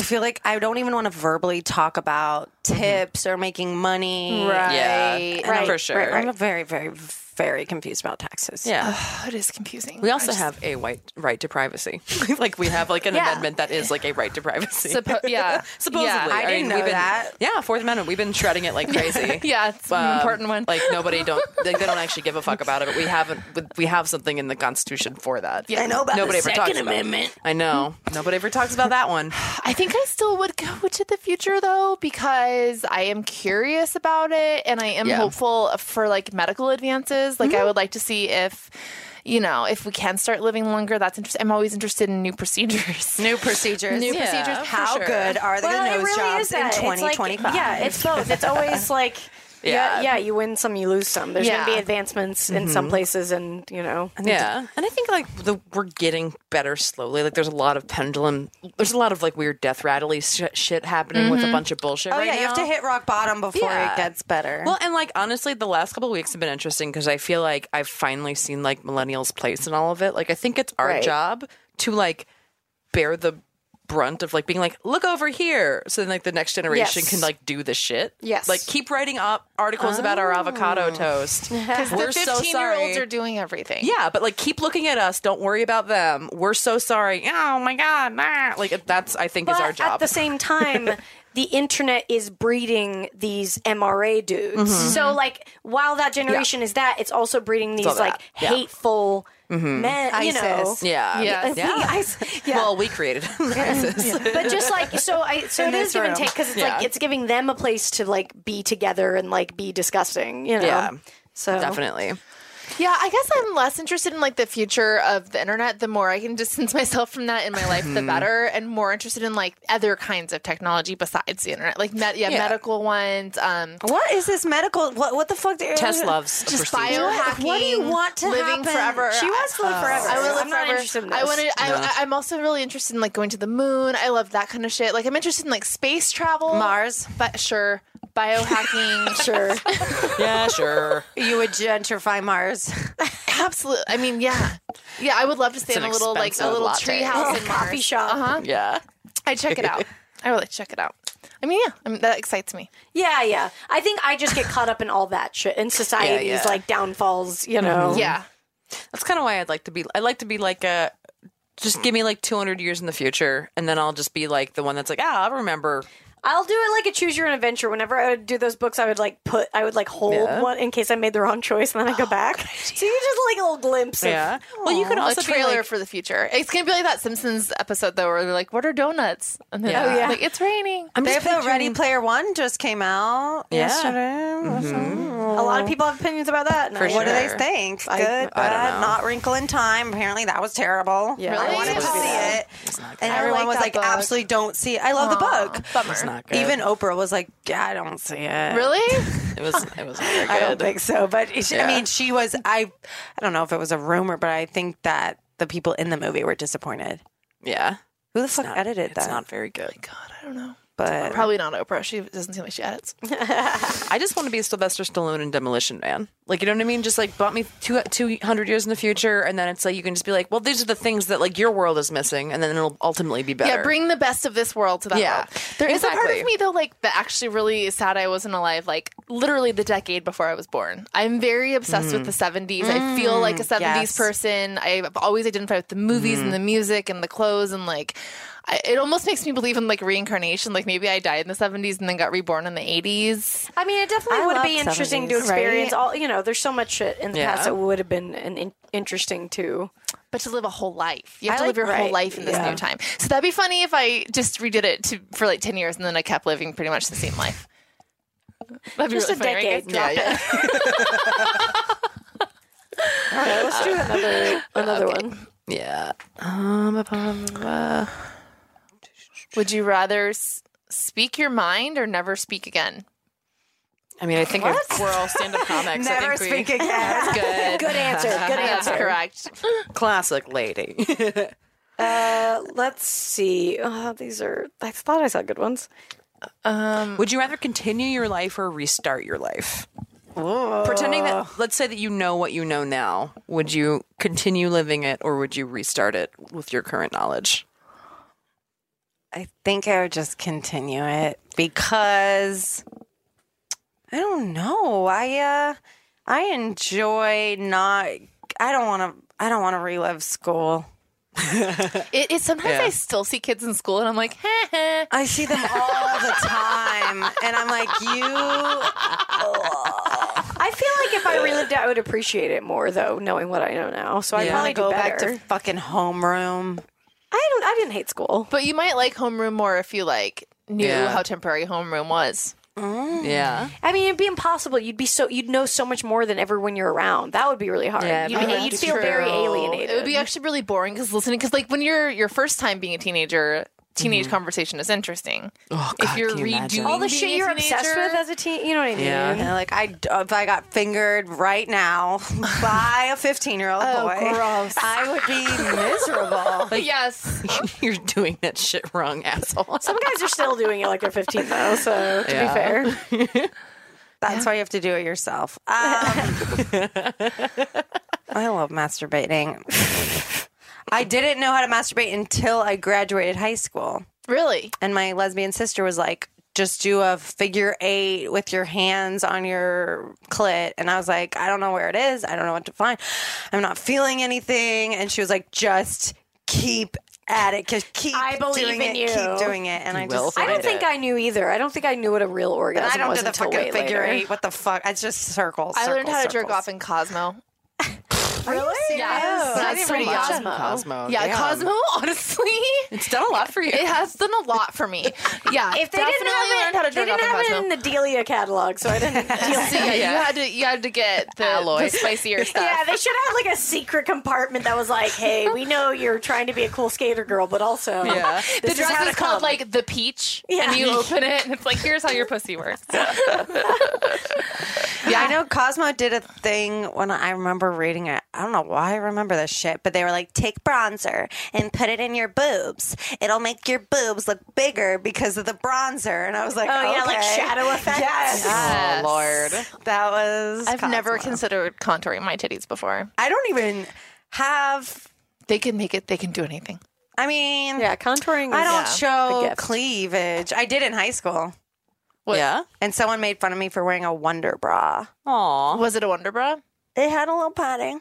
Speaker 6: feel like I don't even want to verbally talk about tips or making money.
Speaker 4: Right.
Speaker 3: Yeah.
Speaker 4: Right.
Speaker 3: For
Speaker 6: Right,
Speaker 3: sure.
Speaker 2: right, right.
Speaker 6: I'm very, very, very confused about taxes.
Speaker 3: Yeah.
Speaker 4: Oh, [SIGHS] it is confusing.
Speaker 3: We also have a white right to privacy. [LAUGHS] like we have like an
Speaker 2: Yeah.
Speaker 3: amendment that is like a right to privacy.
Speaker 4: Suppo-
Speaker 3: [LAUGHS]
Speaker 4: yeah.
Speaker 3: Supposedly.
Speaker 4: Yeah.
Speaker 6: I didn't know
Speaker 3: we've been,
Speaker 6: that.
Speaker 3: Yeah, Fourth Amendment. We've been shredding it like crazy.
Speaker 4: [LAUGHS] Yeah, it's an
Speaker 3: Um,
Speaker 4: important one.
Speaker 3: Like nobody don't like they don't actually give a fuck about it, but we haven't we have something in the Constitution for that. Yeah,
Speaker 6: I know about
Speaker 3: nobody ever
Speaker 6: the
Speaker 3: talks
Speaker 6: Second
Speaker 3: about it.
Speaker 6: Amendment.
Speaker 3: I know. Nobody ever talks about that one.
Speaker 4: I think I still would go [LAUGHS] to the future though because I am curious about it and I am
Speaker 3: Yeah. Mm-hmm.
Speaker 4: hopeful for like medical advances. Like I would like to see if you know if we can start living longer. That's interesting. I'm always interested in new procedures.
Speaker 6: New procedures.
Speaker 4: New Yeah, procedures. for
Speaker 6: How
Speaker 3: sure.
Speaker 6: good are the
Speaker 2: Well, it
Speaker 6: nose
Speaker 2: really is
Speaker 6: jobs in
Speaker 2: that. It's like-
Speaker 6: 2025?
Speaker 2: yeah, it's both. It's
Speaker 4: [LAUGHS]
Speaker 2: always like. Yeah.
Speaker 3: Yeah.
Speaker 2: yeah, you win some, you lose some. There's going
Speaker 4: Yeah. Mm-hmm.
Speaker 2: to be advancements in some places, and you know,
Speaker 3: Yeah, and I think like the we're getting better slowly. Like there's a lot of pendulum. There's a lot of like weird death rattly sh- shit happening with a bunch of bullshit.
Speaker 6: oh
Speaker 3: right
Speaker 6: yeah, you have to
Speaker 3: now.
Speaker 6: hit rock bottom before
Speaker 3: Yeah.
Speaker 6: it gets better.
Speaker 3: Well, and like honestly, the last couple of weeks have been interesting because I feel like I've finally seen like millennials' place in all of it. Like I think it's our
Speaker 2: Right.
Speaker 3: job to like bear the brunt of like being like, look over here, so then like the next generation
Speaker 2: Yes.
Speaker 3: can like do the shit.
Speaker 2: Yes. Oh.
Speaker 3: like keep writing up articles about our avocado
Speaker 2: [LAUGHS]
Speaker 3: toast. [LAUGHS]
Speaker 4: Because
Speaker 3: We're
Speaker 4: the
Speaker 3: so
Speaker 4: 15 year olds
Speaker 3: sorry.
Speaker 4: are doing everything.
Speaker 3: Yeah, but like keep looking at us. Don't worry about them. We're so sorry. Oh my god. nah. Like that's I think is
Speaker 2: But
Speaker 3: our job.
Speaker 2: At the same time,
Speaker 3: [LAUGHS]
Speaker 2: the internet is breeding these MRA dudes.
Speaker 3: Mm-hmm.
Speaker 2: So like while that generation is that, it's also breeding these
Speaker 3: all that.
Speaker 2: like
Speaker 3: Yeah. Mm-hmm.
Speaker 2: hateful men, you know.
Speaker 6: ISIS.
Speaker 3: yeah.
Speaker 4: Yeah.
Speaker 2: I-
Speaker 3: [LAUGHS]
Speaker 2: yeah.
Speaker 3: Well, we created [LAUGHS] ISIS.
Speaker 2: but just like so I so
Speaker 6: In
Speaker 2: it is
Speaker 6: this
Speaker 2: give
Speaker 6: room.
Speaker 2: and take because it's like
Speaker 3: Yeah.
Speaker 2: it's giving them a place to like be together and like be disgusting, you know.
Speaker 3: Yeah.
Speaker 2: So [LAUGHS]
Speaker 3: Definitely.
Speaker 4: Yeah, I guess I'm less interested in like the future of the internet. The more I can [LAUGHS] distance myself from that in my life,
Speaker 3: Mm-hmm.
Speaker 4: the better. And more interested in like other kinds of technology besides the internet, like med- yeah,
Speaker 3: Yeah.
Speaker 4: medical ones, um,
Speaker 6: what is this medical? What, what the fuck? do- [LAUGHS]
Speaker 3: Tess loves a
Speaker 4: just
Speaker 3: procedure.
Speaker 4: biohacking.
Speaker 6: What do you want to
Speaker 4: living
Speaker 6: happen?
Speaker 4: forever?
Speaker 2: She wants to live
Speaker 6: Oh.
Speaker 2: forever.
Speaker 4: Oh. I want to
Speaker 2: am
Speaker 4: live
Speaker 2: not
Speaker 4: forever.
Speaker 2: interested in this.
Speaker 4: I want to. I, I'm also really interested in like going to the moon. I love that kind of shit. Like I'm interested in like space travel,
Speaker 6: Mars.
Speaker 4: but sure, [LAUGHS] biohacking, sure,
Speaker 3: Yeah, sure.
Speaker 6: You would gentrify Mars.
Speaker 4: absolutely. I mean, yeah, Yeah, I would love to stay
Speaker 3: It's
Speaker 4: in a
Speaker 3: an
Speaker 4: little like a
Speaker 3: expensive
Speaker 4: little
Speaker 3: latte.
Speaker 4: [LAUGHS] treehouse and
Speaker 2: coffee shop.
Speaker 4: Uh huh.
Speaker 3: [LAUGHS] Yeah.
Speaker 4: I check it out. I really check it out. I mean, yeah, I mean, that excites me.
Speaker 2: Yeah, yeah. I think I just get caught up in all that shit [LAUGHS] and society's
Speaker 3: yeah.
Speaker 2: like downfalls, you know.
Speaker 4: Yeah.
Speaker 3: That's kind of why I'd like to be. I'd like to be like a. Just give me like 200 years in the future, and then I'll just be like the one that's like, ah, I remember.
Speaker 2: I'll do it like a choose your own adventure. Whenever I would do those books, I would like put, I would like hold
Speaker 3: Yeah.
Speaker 2: one in case I made the wrong choice and then I go back. So you just like a little glimpse
Speaker 3: Yeah.
Speaker 2: of.
Speaker 3: Well, you could
Speaker 4: A
Speaker 3: also
Speaker 4: trailer
Speaker 3: be like,
Speaker 4: for the future. It's gonna be like that Simpsons episode though, where they're like, "What are donuts?" And then
Speaker 3: Yeah. Oh, yeah.
Speaker 4: like it's raining.
Speaker 3: I'm
Speaker 6: They
Speaker 3: just
Speaker 6: have the Ready
Speaker 3: picturing-
Speaker 6: Player One just came out
Speaker 3: Yeah.
Speaker 6: yesterday.
Speaker 2: A lot of people have opinions about that. and
Speaker 3: For
Speaker 2: I-
Speaker 6: What do they
Speaker 3: Sure.
Speaker 6: think? Good, bad,
Speaker 3: know.
Speaker 6: not Wrinkle in Time. Apparently, that was terrible.
Speaker 2: Yeah,
Speaker 6: I
Speaker 4: Really?
Speaker 6: wanted to
Speaker 4: It's not
Speaker 6: see
Speaker 4: good.
Speaker 6: it, and
Speaker 4: like
Speaker 6: everyone was
Speaker 4: that
Speaker 6: like,
Speaker 4: book.
Speaker 6: "Absolutely, don't see." it. I love the book.
Speaker 4: Bummer.
Speaker 3: it's not good.
Speaker 6: Even Oprah was like, "Yeah, "I don't see it."
Speaker 4: Really?
Speaker 3: it was. It was not
Speaker 6: I
Speaker 3: very
Speaker 6: don't
Speaker 3: good.
Speaker 6: think so. But it- I
Speaker 3: Yeah.
Speaker 6: mean, she was. I I don't know if it was a rumor, but I think that the people in the movie were disappointed.
Speaker 3: yeah.
Speaker 6: Who the fuck edited
Speaker 3: It's
Speaker 6: that?
Speaker 3: not very good.
Speaker 4: God, I don't know.
Speaker 6: but
Speaker 4: Probably not Oprah. She doesn't seem like she edits.
Speaker 3: I just want to be Sylvester Stallone in Demolition Man. Like, you know what I mean? Just like bump me two two hundred years in the future, and then it's like you can just be like, well, these are the things that like your world is missing, and then it'll ultimately be better.
Speaker 4: Yeah, bring the best of this world to that
Speaker 3: Yeah,
Speaker 4: world. There is a part
Speaker 3: exactly.
Speaker 4: of me though, like that actually really is sad I wasn't alive, like literally the decade before I was born. I'm very obsessed with the 70s. I feel like a 70s
Speaker 6: yes.
Speaker 4: person. I've always identified with the movies and the music and the clothes and like. I, it almost makes me believe in like reincarnation. Like maybe I died in the 70s and then got reborn in the 80s.
Speaker 2: I mean, it definitely
Speaker 6: I
Speaker 2: would
Speaker 6: love
Speaker 2: be interesting to
Speaker 6: 70s, right?
Speaker 2: experience. All you know, there's so much shit in the
Speaker 3: Yeah.
Speaker 2: past that would have been an in- interesting too.
Speaker 4: But to live a whole life, you
Speaker 2: I
Speaker 4: have to
Speaker 2: like-
Speaker 4: live your
Speaker 2: right,
Speaker 4: whole life in this
Speaker 2: yeah.
Speaker 4: new time. So that'd be funny if I just redid it to, for like 10 years and then I kept living pretty much the same life. That'd be
Speaker 2: Just
Speaker 4: really
Speaker 2: a
Speaker 4: funny, right, guys?
Speaker 2: decade. Drop
Speaker 3: yeah.
Speaker 2: it. [LAUGHS] All right, let's do [LAUGHS] another another one.
Speaker 3: yeah. Um, ba- ba- ba- ba.
Speaker 4: Would you rather s- speak your mind or never speak again?
Speaker 3: I mean, I think we're all stand-up comics. I
Speaker 6: never
Speaker 3: think
Speaker 6: speak
Speaker 3: we,
Speaker 6: again.
Speaker 3: Good.
Speaker 2: Good answer. Good
Speaker 4: That's
Speaker 2: answer.
Speaker 4: correct.
Speaker 3: Classic lady.
Speaker 2: Uh, let's see. Uh, these are. I thought I saw good ones.
Speaker 3: Would you rather continue your life or restart your life? Pretending that, let's say that you know what you know now, would you continue living it or would you restart it with your current knowledge?
Speaker 6: I think I would just continue it because I don't know. I uh I enjoy not I don't want to I don't want to relive school.
Speaker 4: It is sometimes
Speaker 3: Yeah.
Speaker 4: I still see kids in school and I'm like, heh heh.
Speaker 6: I see them all the time and I'm like you
Speaker 2: I feel like if I relived it, I would appreciate it more, though, knowing what I know now. So I'd
Speaker 3: Yeah.
Speaker 2: probably
Speaker 6: go
Speaker 2: do
Speaker 6: back
Speaker 2: better.
Speaker 6: to fucking homeroom.
Speaker 2: I don't. I didn't hate school.
Speaker 4: But you might like homeroom more if you like knew
Speaker 3: Yeah.
Speaker 4: how temporary homeroom was.
Speaker 3: Yeah.
Speaker 2: I mean, it'd be impossible. You'd be so. You'd know so much more than everyone you're around. That would be really hard.
Speaker 3: Yeah,
Speaker 2: you'd, be-
Speaker 3: that's
Speaker 2: you'd feel very
Speaker 4: True.
Speaker 2: alienated.
Speaker 4: It would be actually really boring because listening, because like when you're your first time being a teenager, teenage conversation is interesting.
Speaker 3: Mm-hmm. Oh,
Speaker 4: if you're redoing
Speaker 2: all the
Speaker 4: being
Speaker 2: shit
Speaker 4: a
Speaker 2: you're obsessed
Speaker 4: teenager-
Speaker 2: with as a teen. You know what I mean?
Speaker 3: Yeah.
Speaker 6: And like I if I got fingered right now by a 15-year-old boy,
Speaker 4: gross.
Speaker 6: I would be
Speaker 4: [LAUGHS]
Speaker 6: miserable.
Speaker 4: yes,
Speaker 3: [LAUGHS] You're doing that shit wrong, asshole.
Speaker 2: Some guys are still doing it like they're 15 though. So to
Speaker 3: Yeah.
Speaker 2: be fair,
Speaker 6: That's why you have to do it [LAUGHS] yourself. Um, I [LAUGHS] love masturbating. [LAUGHS] I didn't know how to masturbate until I graduated high school.
Speaker 3: [LAUGHS]
Speaker 4: really.
Speaker 6: And my lesbian sister was like, just do a figure eight with your hands on your clit. And I was like, I don't know where it is. I don't know what to find. I'm not feeling anything. And she was like, just keep at it. Just keep
Speaker 2: I believe
Speaker 6: doing
Speaker 2: in
Speaker 6: it.
Speaker 2: you.
Speaker 6: Keep doing it. And I
Speaker 3: will
Speaker 6: just
Speaker 2: I
Speaker 3: find
Speaker 2: don't think I knew either. I don't think I knew what a real orgasm
Speaker 6: I don't
Speaker 2: was
Speaker 6: do the
Speaker 2: until way
Speaker 6: fucking figure
Speaker 2: later.
Speaker 6: eight. What the fuck? It's just circles.
Speaker 4: I learned
Speaker 6: circles,
Speaker 4: how to jerk
Speaker 6: circles.
Speaker 4: off in Cosmo.
Speaker 6: Really?
Speaker 4: Yeah.
Speaker 6: Yeah.
Speaker 4: That's pretty awesome.
Speaker 2: Oh,
Speaker 3: Cosmo.
Speaker 4: Yeah, Cosmo, [LAUGHS] honestly,
Speaker 3: It's done a lot for you.
Speaker 4: it has done a lot for me. Yeah,
Speaker 2: [LAUGHS] If they
Speaker 4: definitely
Speaker 2: didn't have
Speaker 4: learned
Speaker 2: it,
Speaker 4: how to
Speaker 2: they
Speaker 4: jerk
Speaker 2: didn't
Speaker 4: off in
Speaker 2: have
Speaker 4: Cosmo.
Speaker 2: it in the Delia catalog, so I
Speaker 4: [LAUGHS]
Speaker 2: didn't. Delia.
Speaker 4: So, yeah, you had to you had to get the,
Speaker 3: Alloy.
Speaker 2: [LAUGHS]
Speaker 4: the spicier stuff.
Speaker 2: Yeah, they should have like a secret compartment that was like, "Hey, we know you're trying to be a cool skater girl, but also,
Speaker 3: Yeah.
Speaker 4: the
Speaker 2: this is how
Speaker 4: dress
Speaker 2: to
Speaker 4: is called
Speaker 2: come."
Speaker 4: like the peach,
Speaker 2: Yeah. Oh,
Speaker 4: and
Speaker 2: [LAUGHS]
Speaker 4: you open it, and it's like here's how your pussy works.
Speaker 2: [LAUGHS]
Speaker 6: Yeah, I know Cosmo did a thing when I remember reading it. I don't know why I remember this shit, but they were like, take bronzer and put it in your boobs. It'll make your boobs look bigger because of the bronzer. And I was like,
Speaker 2: oh yeah, like
Speaker 6: okay.
Speaker 2: shadow effects. Ah.
Speaker 6: Yes.
Speaker 4: Yes.
Speaker 6: That was.
Speaker 4: I've never
Speaker 6: Cosmo.
Speaker 4: considered contouring my titties before.
Speaker 6: I don't even have
Speaker 4: They can make it. They can do anything.
Speaker 6: I mean,
Speaker 2: Yeah, contouring. Is,
Speaker 6: I don't
Speaker 2: A
Speaker 6: show
Speaker 2: gift.
Speaker 6: cleavage. I did in high school,
Speaker 4: What-
Speaker 3: Yeah.
Speaker 6: and someone made fun of me for wearing a Wonder Bra.
Speaker 3: Aw.
Speaker 4: Was it a Wonder Bra?
Speaker 6: It had a
Speaker 2: [LAUGHS]
Speaker 6: little [LAUGHS] padding.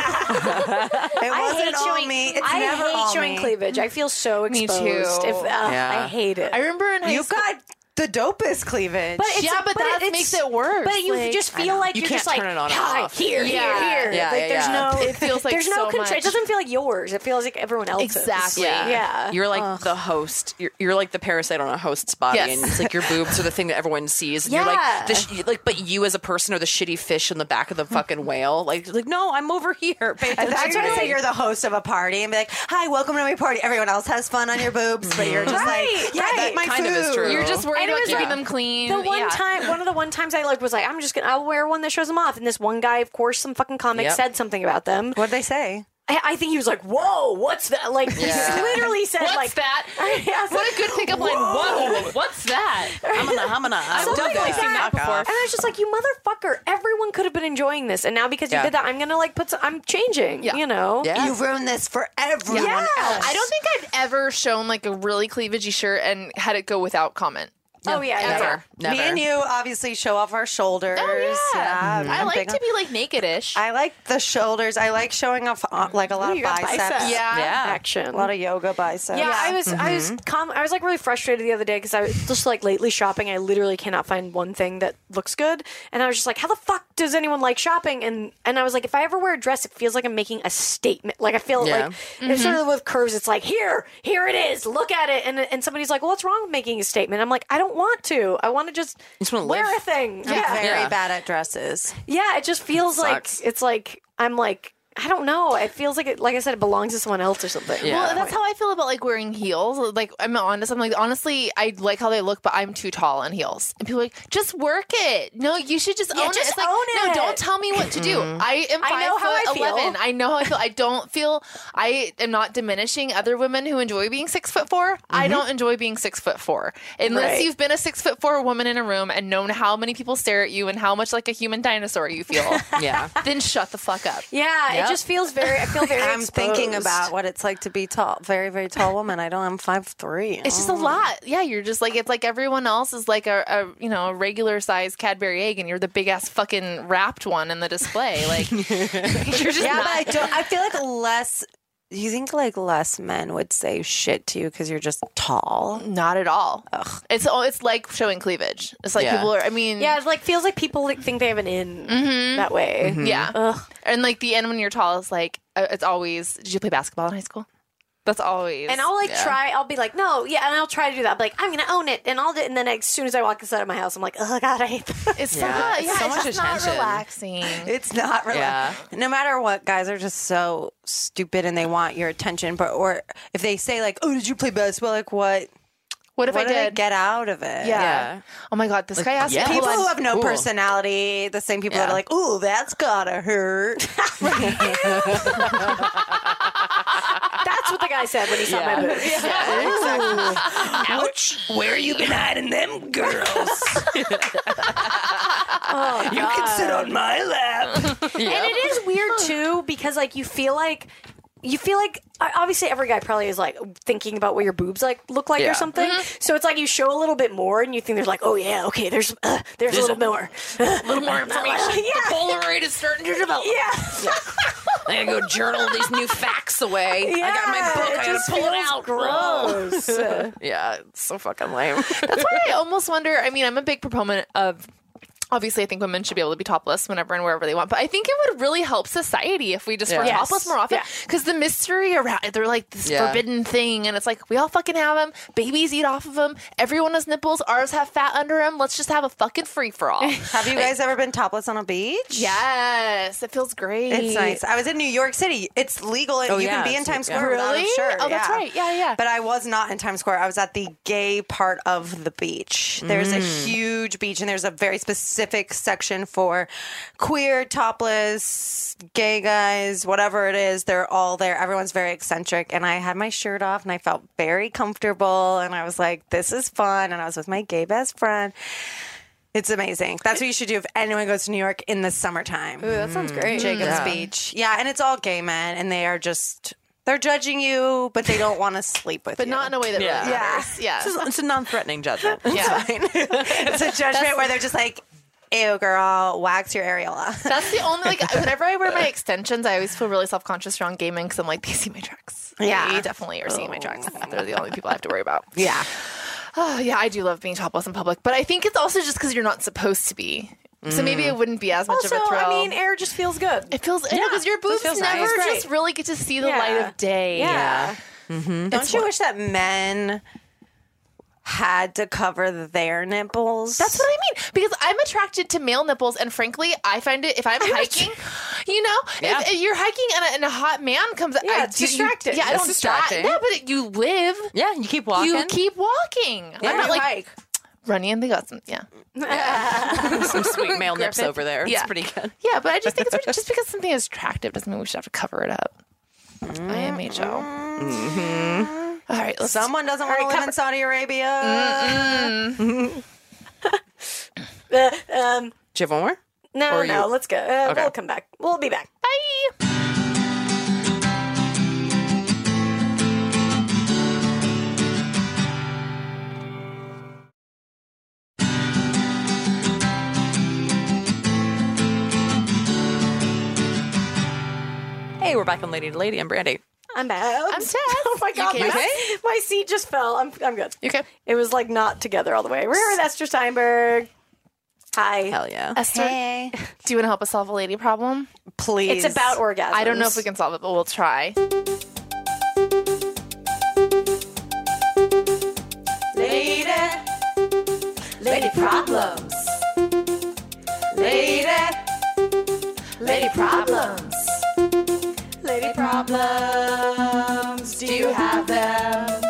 Speaker 6: It wasn't all me. It's
Speaker 2: I
Speaker 6: never
Speaker 2: hate
Speaker 6: all
Speaker 2: showing
Speaker 6: me.
Speaker 2: cleavage. I feel so
Speaker 4: Me
Speaker 2: exposed.
Speaker 4: too.
Speaker 2: If, uh,
Speaker 3: Yeah.
Speaker 2: I hate it.
Speaker 4: I remember in high
Speaker 6: You've
Speaker 4: school.
Speaker 6: got the dopest cleavage.
Speaker 2: it's-
Speaker 4: yeah, but,
Speaker 2: but
Speaker 4: that
Speaker 2: it's-
Speaker 4: makes it worse.
Speaker 2: but you
Speaker 4: like-
Speaker 2: just feel like
Speaker 3: You
Speaker 2: you are
Speaker 3: can't
Speaker 2: just like
Speaker 3: turn it on and
Speaker 2: "Hi,
Speaker 3: off."
Speaker 2: here,
Speaker 4: Yeah.
Speaker 2: here, here.
Speaker 3: Yeah,
Speaker 2: like
Speaker 3: yeah,
Speaker 2: there's
Speaker 3: yeah.
Speaker 2: no
Speaker 4: [LAUGHS] It feels like
Speaker 2: there's
Speaker 4: so
Speaker 2: no control.
Speaker 4: much.
Speaker 2: It doesn't feel like yours. It feels like everyone else's.
Speaker 4: Exactly.
Speaker 2: Yeah.
Speaker 3: You're like the host. You're, you're like the parasite on a host's body,
Speaker 4: Yes.
Speaker 3: and it's like your boobs are the thing that everyone sees. And You're like the sh- like, but you as a person are the shitty fish in the back of the fucking whale. Like, like no, I'm over here. Pay
Speaker 6: I
Speaker 3: attention
Speaker 6: was trying
Speaker 3: to
Speaker 6: to
Speaker 3: me.
Speaker 6: say you're the host of a party and be like, "Hi, welcome to my party." Everyone else has fun on your boobs, but you're just
Speaker 2: Right,
Speaker 6: like, "Yeah,
Speaker 2: right.
Speaker 6: that's my
Speaker 3: Kind
Speaker 6: food."
Speaker 3: of is true.
Speaker 4: You're just worried
Speaker 2: And it
Speaker 4: about
Speaker 2: was,
Speaker 4: keeping
Speaker 2: like,
Speaker 4: them clean.
Speaker 2: The one
Speaker 4: Yeah.
Speaker 2: time, one of the one times I looked was like, I'm just gonna, I'll wear one that shows them off. And this one guy, of course, some fucking comic
Speaker 3: Yep.
Speaker 2: said something about them.
Speaker 6: What'd they say?
Speaker 2: I, I think he was like, "Whoa, what's that?" Like
Speaker 3: Yeah.
Speaker 2: he literally said,
Speaker 4: What's
Speaker 2: "Like [LAUGHS]
Speaker 4: that?
Speaker 2: Yeah, so-
Speaker 4: What a good pickup line. Whoa, what's that?
Speaker 3: Hamana, hamana. I
Speaker 4: Something
Speaker 3: love
Speaker 4: like that.
Speaker 3: Knock
Speaker 4: before.
Speaker 3: off.
Speaker 2: And I was just like, "You motherfucker! Everyone could have been enjoying this, and now because you
Speaker 3: Yeah.
Speaker 2: did that, I'm gonna like put. Some, I'm changing.
Speaker 4: Yeah.
Speaker 2: You know?
Speaker 3: Yeah.
Speaker 6: You ruined this for everyone
Speaker 2: Yeah.
Speaker 6: else.
Speaker 4: I don't think I've ever shown like a really cleavagey shirt and had it go without comment.
Speaker 2: Oh yeah.
Speaker 4: Ever.
Speaker 2: yeah.
Speaker 3: Never.
Speaker 6: Me and you obviously show off our shoulders.
Speaker 2: Oh,
Speaker 6: yeah.
Speaker 4: I
Speaker 6: I'm
Speaker 4: like
Speaker 6: big
Speaker 4: to
Speaker 6: on-
Speaker 4: be like naked-ish.
Speaker 6: I like the shoulders. I like showing off uh, like a lot of
Speaker 2: You got
Speaker 6: biceps.
Speaker 2: biceps.
Speaker 4: Yeah.
Speaker 2: Action.
Speaker 6: A lot of yoga biceps.
Speaker 2: Yeah, I was, I
Speaker 3: Mm-hmm.
Speaker 2: was, com- I was like really frustrated the other day because I was just like lately shopping. I literally cannot find one thing that looks good, and I was just like, how the fuck does anyone like shopping? And and I was like, if I ever wear a dress, it feels like I'm making a statement. Like I feel
Speaker 3: Yeah. Mm-hmm.
Speaker 2: like it's sort of with curves. It's like here, here it is. Look at it, and and somebody's like, well, what's wrong with making a statement? I'm like, I don't want to. I want to just,
Speaker 3: just wanna
Speaker 2: wear
Speaker 3: live.
Speaker 2: a thing.
Speaker 6: I'm
Speaker 2: Yeah,
Speaker 6: very
Speaker 3: Yeah.
Speaker 6: bad at dresses.
Speaker 2: yeah. It just feels like
Speaker 3: Sucks.
Speaker 2: it's like I'm like I don't know. It feels like it, like I said, it belongs to someone else or something.
Speaker 3: Yeah.
Speaker 4: Well, that's how I feel about like wearing heels. Like I'm honest. I'm like honestly, I like how they look, but I'm too tall in heels. And people are like, just work it. No, you should just own it.
Speaker 2: just
Speaker 4: It's like,
Speaker 2: own
Speaker 4: no,
Speaker 2: it. Mm-hmm.
Speaker 4: don't tell me what to do. I am five
Speaker 2: I know how I
Speaker 4: foot
Speaker 2: feel.
Speaker 4: eleven. I know how I feel. I don't feel. I am not diminishing other women who enjoy being six foot 4 I don't enjoy being six foot four. Unless
Speaker 2: Mm-hmm. Right.
Speaker 4: you've been a six foot four woman in a room and known how many people stare at you and how much like a human dinosaur you feel,
Speaker 2: [LAUGHS]
Speaker 3: Yeah.
Speaker 4: then shut the fuck up.
Speaker 2: Yeah, it just feels very. I feel very.
Speaker 6: [LAUGHS] I'm thinking
Speaker 2: exposed.
Speaker 6: about what it's like to be tall, very, very tall woman. I don't. I'm five three.
Speaker 4: It's just
Speaker 3: Oh.
Speaker 4: a lot. Yeah, you're just like it's like everyone else is like a, a you know a regular size Cadbury egg, and you're the big ass fucking wrapped one in the display.
Speaker 3: [LAUGHS]
Speaker 4: Like you're just
Speaker 6: yeah,
Speaker 4: not-
Speaker 6: but I don't. I
Speaker 4: [LAUGHS]
Speaker 6: feel like less. You think like less men would say shit to you because you're just tall.
Speaker 4: not at all. It's all it's like showing cleavage. It's like
Speaker 3: Yeah.
Speaker 4: people are. I mean,
Speaker 2: Yeah, it like feels like people like, think they have an in that way.
Speaker 6: Mm-hmm.
Speaker 3: Hmm.
Speaker 4: yeah. And like the end when you're tall is like uh, it's always. Did you play basketball in high school? That's always.
Speaker 2: And I'll like try. I'll be like, no, yeah, and I'll try to do that. But like, I'm gonna own it, and I'll do. it. And then as soon as I walk inside of my house, I'm like, oh god, I hate
Speaker 4: [LAUGHS]
Speaker 2: that.
Speaker 4: It's so,
Speaker 3: Yeah,
Speaker 4: yeah,
Speaker 3: it's
Speaker 4: it's,
Speaker 3: so much
Speaker 4: just not
Speaker 3: attention.
Speaker 4: relaxing.
Speaker 6: It's not really.
Speaker 3: Yeah.
Speaker 6: No matter what, guys are just so stupid and they want your attention. But or if they say like, "Oh, did you play basketball?" Like, what?
Speaker 4: What if
Speaker 6: what
Speaker 4: I
Speaker 6: did
Speaker 4: did?
Speaker 6: I get out of
Speaker 4: yeah.
Speaker 6: it?
Speaker 3: Yeah.
Speaker 4: Oh my god, this guy asked
Speaker 3: yeah.
Speaker 4: me.
Speaker 6: People
Speaker 4: hold on.
Speaker 6: who have no
Speaker 3: Cool.
Speaker 6: personality, the same people that
Speaker 3: Yeah.
Speaker 6: are like, "Ooh, that's gotta
Speaker 4: [LAUGHS]
Speaker 6: hurt." [LAUGHS]
Speaker 2: That's what the guy said when he saw my boobs.
Speaker 6: Ouch! Where you been hiding them girls? you can sit on my lap.
Speaker 2: And it is weird too because like you feel like you feel like I- obviously every guy probably is like thinking about what your boobs like look like
Speaker 3: Yeah.
Speaker 2: or something. So it's like you show a little bit more and you think there's like, oh yeah, okay, there's uh, there's, a
Speaker 3: There's
Speaker 2: little
Speaker 3: a-
Speaker 2: more, a little more
Speaker 4: [LAUGHS]
Speaker 2: information. yeah,
Speaker 3: Polaroid is starting to develop.
Speaker 2: yeah.
Speaker 3: I gotta go journal these new facts away. I got my book. I gotta pull it out. [LAUGHS]
Speaker 2: Gross.
Speaker 3: Yeah, it's so fucking lame.
Speaker 4: [LAUGHS] That's why I almost wonder. I mean, I'm a big proponent of. Obviously, I think women should be able to be topless whenever and wherever they want. But I think it would really help society if we just were
Speaker 3: Yeah.
Speaker 4: topless more often.
Speaker 2: Yeah.
Speaker 4: Because the mystery around—they're like this
Speaker 3: Yeah.
Speaker 4: forbidden thing, and it's like we all fucking have them. Babies eat off of them. Everyone has nipples. Ours have fat under them. Let's just have a fucking free for
Speaker 3: [LAUGHS]
Speaker 4: all.
Speaker 6: Have you guys ever been topless on a beach?
Speaker 4: yes, it feels great.
Speaker 6: It's nice. I was in New York City. It's legal. and
Speaker 3: Oh,
Speaker 6: you
Speaker 3: yeah,
Speaker 6: can be in
Speaker 3: it's-
Speaker 6: Times
Speaker 3: yeah.
Speaker 6: Square without a
Speaker 4: Really?
Speaker 6: shirt.
Speaker 4: Oh, that's
Speaker 6: yeah.
Speaker 4: right. Yeah, yeah.
Speaker 6: But I was not in Times Square. I was at the gay part of the beach. There's a
Speaker 4: Mm.
Speaker 6: huge beach, and there's a very specific section for queer, topless, gay guys, whatever it is. They're all there. Everyone's very eccentric. And I had my shirt off, and I felt very comfortable. And I was like, this is fun. And I was with my gay best friend. It's amazing. That's what you should do if anyone goes to New York in the summertime.
Speaker 2: Ooh, that sounds great.
Speaker 6: Jacob's Beach. Yeah, and it's all gay men, and they are just they're judging you, but they don't want to sleep with
Speaker 4: but
Speaker 6: you.
Speaker 4: not in a way that
Speaker 3: Yeah.
Speaker 4: really
Speaker 6: Yeah.
Speaker 4: matters.
Speaker 6: [LAUGHS]
Speaker 4: Yeah.
Speaker 3: It's, it's a non-threatening judgment. It's
Speaker 4: Yeah.
Speaker 3: fine.
Speaker 6: it's a judgment where they're just like, "Ew, girl, wax
Speaker 4: [LAUGHS]
Speaker 6: your areola."
Speaker 4: That's the
Speaker 2: [LAUGHS]
Speaker 4: only like. Whenever I wear my extensions, I always feel really self conscious around gay men because I'm like, they see my tracks.
Speaker 6: Yeah.
Speaker 4: they definitely are seeing my tracks.
Speaker 2: Oh.
Speaker 4: They're the only people I have to worry
Speaker 2: [LAUGHS]
Speaker 4: about.
Speaker 6: yeah,
Speaker 4: Oh, yeah, I do love being topless in public, but I think it's also just because you're not supposed to be. So maybe it wouldn't be as much
Speaker 2: Mm. Also,
Speaker 4: of a thrill.
Speaker 2: I mean, air just feels good.
Speaker 4: it feels because your boobs
Speaker 2: feels
Speaker 4: never
Speaker 2: nice.
Speaker 4: just
Speaker 2: Right.
Speaker 4: really get to see the
Speaker 2: Yeah.
Speaker 4: light of day.
Speaker 2: yeah.
Speaker 6: [LAUGHS] don't you wish that men had to cover their nipples?
Speaker 4: That's what I mean. Because I'm attracted to male nipples, and frankly, I find it if I'm hiking, you know,
Speaker 3: Yeah.
Speaker 4: if, if you're hiking and a, and a hot man comes,
Speaker 2: Yeah,
Speaker 4: I
Speaker 2: it's
Speaker 4: do- you-
Speaker 2: distracting.
Speaker 4: Yeah, I
Speaker 3: That's
Speaker 4: don't
Speaker 3: distracting.
Speaker 4: die. Yeah, but it, you live.
Speaker 3: yeah, you keep walking.
Speaker 4: You keep walking. I'm not like
Speaker 6: like.
Speaker 4: running and they got some. Yeah,
Speaker 3: some sweet male nips
Speaker 4: Griffith.
Speaker 3: over there.
Speaker 4: Yeah.
Speaker 3: It's pretty good.
Speaker 4: yeah. But I just think it's weird. just because something is attractive doesn't mean we should have to cover it up. IMHO. All right, let's.
Speaker 6: Someone doesn't want to live in Saudi Arabia.
Speaker 2: Uh, um,
Speaker 3: Do you have one more?
Speaker 2: no,
Speaker 3: Or
Speaker 2: no,
Speaker 3: you-
Speaker 2: let's go. Uh,
Speaker 3: Okay.
Speaker 2: We'll come back. We'll be back.
Speaker 4: Bye.
Speaker 3: Hey, we're back on Lady to Lady. I'm Brandy.
Speaker 2: I'm back.
Speaker 4: I'm Tess.
Speaker 2: [LAUGHS] Oh my
Speaker 4: You
Speaker 2: god,
Speaker 4: okay?
Speaker 2: my,
Speaker 3: Okay?
Speaker 2: my seat just fell. I'm, I'm good.
Speaker 4: You okay?
Speaker 2: It was like not together all the way. We're here with Esther Steinberg. Hi.
Speaker 3: Hell yeah.
Speaker 4: Esther, do you want to help us solve a lady problem?
Speaker 6: Please.
Speaker 2: It's about orgasms.
Speaker 4: I don't know if we can solve it, but we'll try.
Speaker 2: Lady, lady problems. Lady, lady problems. Lady problems. Do you have them?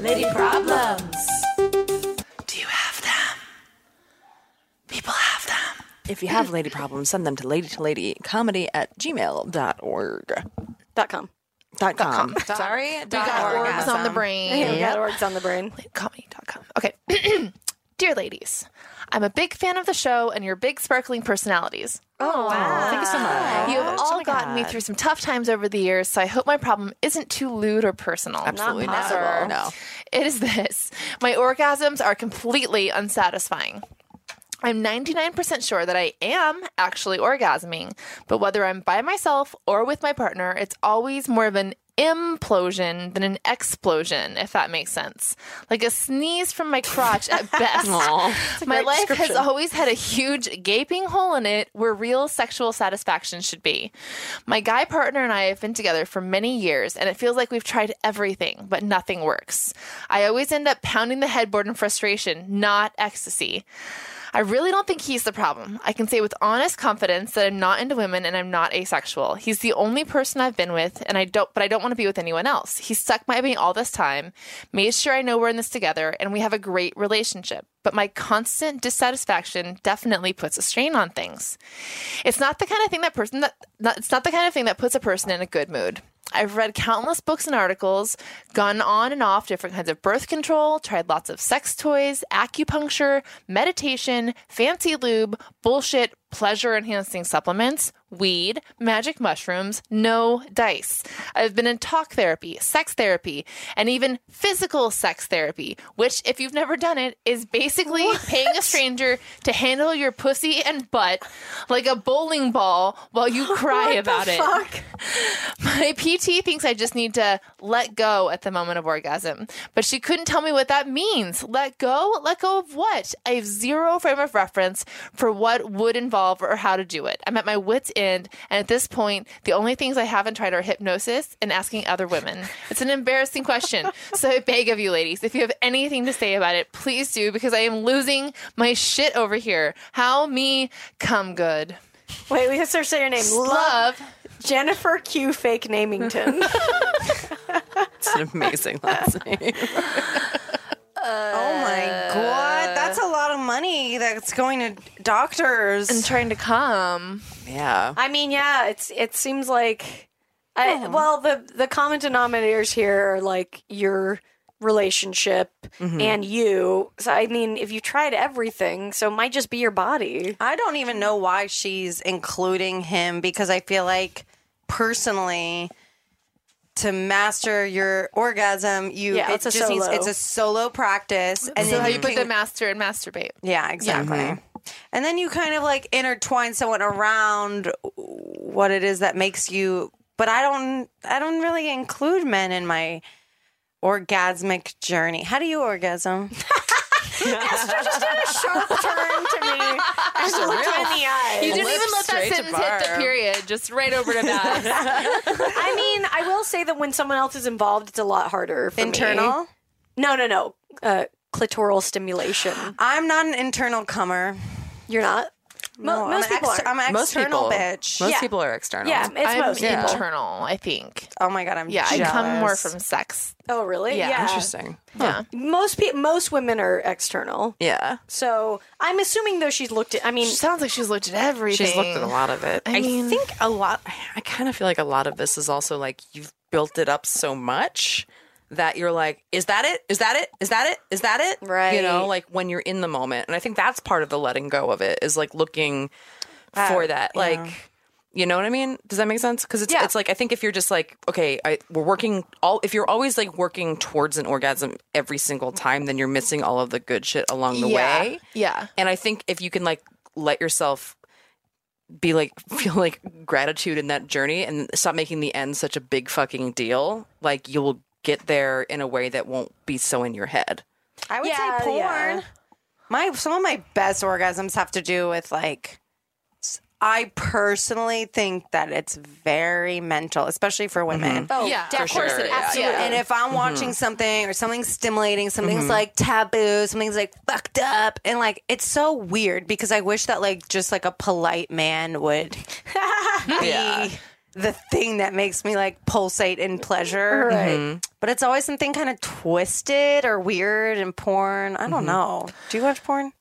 Speaker 2: Lady problems.
Speaker 4: People have them.
Speaker 3: If you have lady problems, send them to lady to lady comedy at gmail.org.
Speaker 2: Dot com.
Speaker 3: Dot com.
Speaker 6: Sorry, we
Speaker 4: Got orbs on the brain.
Speaker 2: Yeah, that works on the brain.
Speaker 4: comedy.com. Okay. [CLEARS THROAT] Dear ladies, I'm a big fan of the show and your big sparkling personalities.
Speaker 2: Oh wow!
Speaker 3: Thank you so much.
Speaker 4: You have all gotten me through some tough times over the years, so I hope my problem isn't too lewd or personal.
Speaker 3: Absolutely
Speaker 2: Not
Speaker 3: not.
Speaker 2: possible.
Speaker 3: No.
Speaker 4: It is this my orgasms are completely unsatisfying. I'm 99% sure that I am actually orgasming, but whether I'm by myself or with my partner, it's always more of an implosion than an explosion, if that makes sense. Like a sneeze from my crotch at best. [LAUGHS] my life has always had a huge gaping hole in it where real sexual satisfaction should be. My guy partner and I have been together for many years, and it feels like we've tried everything, but nothing works. I always end up pounding the headboard in frustration, not ecstasy. I really don't think he's the problem. I can say with honest confidence that I'm not into women and I'm not asexual. He's the only person I've been with, and I don't, but I don't want to be with anyone else. He stuck by me all this time, made sure I know we're in this together, and we have a great relationship. But my constant dissatisfaction definitely puts a strain on things. It's not the kind of thing that person that not, it's not the kind of thing that puts a person in a good mood. I've read countless books and articles, gone on and off different kinds of birth control, tried lots of sex toys, acupuncture, meditation, fancy lube, bullshit, pleasure enhancing supplements, weed, magic mushrooms, no dice. I've been in talk therapy, sex therapy, and even physical sex therapy, which, if you've never done it, is basically paying a stranger to handle your pussy and butt like a bowling ball while you cry about it. [LAUGHS] My PT thinks I just need to let go at the moment of orgasm, but she couldn't tell me what that means. Let go? Let go of what? I have zero frame of reference for what would involve or how to do it. I'm at my wits' end, and at this point, the only things I haven't tried are hypnosis and asking other women. It's an embarrassing question, [LAUGHS] so I beg of you, ladies, if you have anything to say about it, please do, because I am losing my shit over here. How me come good.
Speaker 2: Wait, we have to say your name. Love
Speaker 4: Love.
Speaker 2: Jennifer Q. Fake
Speaker 6: [LAUGHS]
Speaker 2: Namington.
Speaker 3: It's an amazing last name.
Speaker 6: Oh my god, that's a lot of money that's going to doctors.
Speaker 4: and trying to come.
Speaker 3: Yeah.
Speaker 2: I mean, yeah, it's it seems like I well the the common denominators here are like you're relationship
Speaker 6: Mm-hmm.
Speaker 2: and you. So I mean, if you tried everything, so it might just be your
Speaker 6: [LAUGHS]
Speaker 2: body.
Speaker 6: I don't even know why she's including him because I feel like personally to master your orgasm, you
Speaker 2: Yeah,
Speaker 6: it
Speaker 2: it's a
Speaker 6: just needs
Speaker 2: solo.
Speaker 6: it's a solo practice and
Speaker 4: So
Speaker 6: then
Speaker 4: how
Speaker 6: you
Speaker 4: you put
Speaker 6: can-
Speaker 4: the master and masturbate.
Speaker 6: Yeah, exactly. And then you kind of like intertwine someone around what it is that makes you. But I don't. I don't really include men in my orgasmic journey. How do you orgasm?
Speaker 2: Sharp turn
Speaker 6: [LAUGHS]
Speaker 2: to me. Just looked you in the eye.
Speaker 4: You didn't even let that
Speaker 3: straight to
Speaker 4: sentence hit the
Speaker 3: Barb.
Speaker 4: period. Just right over to that.
Speaker 2: I mean, I will say that when someone else is involved, it's a lot harder for me.
Speaker 6: internal.
Speaker 2: No, no, no. Uh, clitoral stimulation.
Speaker 6: I'm not an internal comer.
Speaker 2: You're not. Mo-
Speaker 6: No,
Speaker 2: most
Speaker 6: I'm an
Speaker 2: people
Speaker 6: ex-
Speaker 2: are.
Speaker 6: I'm an
Speaker 3: Most
Speaker 6: external
Speaker 3: people,
Speaker 6: bitch.
Speaker 3: Most
Speaker 2: Yeah.
Speaker 3: people are external.
Speaker 2: yeah, it's
Speaker 4: I'm
Speaker 2: most people.
Speaker 4: internal. I think.
Speaker 6: Oh my god, I'm
Speaker 4: Yeah,
Speaker 6: jealous.
Speaker 4: I come more from sex.
Speaker 2: Oh, really?
Speaker 4: Yeah.
Speaker 3: Interesting.
Speaker 4: Yeah.
Speaker 2: Most pe- most women are external.
Speaker 3: Yeah.
Speaker 2: So I'm assuming though she's looked at. I mean,
Speaker 4: She sounds like she's looked at everything.
Speaker 3: She's looked at a lot of it.
Speaker 4: I mean-
Speaker 3: think a lot, I kind of feel like a lot of this is also like you've built it up so much that you're like, is that it? Is that it? Is that it? Is that it? You know,
Speaker 2: Right.
Speaker 3: like when you're in the moment. And I think that's part of the letting go of it is like looking for that. Like, you know what I mean? Does that make sense? Because it's,
Speaker 2: Yeah.
Speaker 3: it's like, I think if you're just like, okay, I, we're working all, if you're always like working towards an orgasm every single time, then you're missing all of the good shit along the
Speaker 4: yeah.
Speaker 3: way.
Speaker 4: Yeah.
Speaker 3: And I think if you can like let yourself be like [LAUGHS] feel like gratitude in that journey and stop making the end such a big fucking deal, like you will get there in a way that won't be so in your head.
Speaker 6: I would
Speaker 2: Yeah,
Speaker 6: say porn.
Speaker 2: yeah.
Speaker 6: My some of my best orgasms have to do with like. s- I personally think that it's very mental, especially for women.
Speaker 2: oh,
Speaker 4: Yeah.
Speaker 2: de-
Speaker 4: For
Speaker 2: of course
Speaker 3: sure,
Speaker 2: it is.
Speaker 3: yeah,
Speaker 2: Absolutely.
Speaker 6: And if I'm watching something or something's stimulating, something's like taboo, something's like fucked up, and like it's so weird because I wish that like just like a polite
Speaker 2: [LAUGHS]
Speaker 6: man would be the thing that makes me like pulsate in pleasure.
Speaker 2: Right.
Speaker 6: But it's always something kind of twisted or weird and porn. I don't know. Do you watch porn?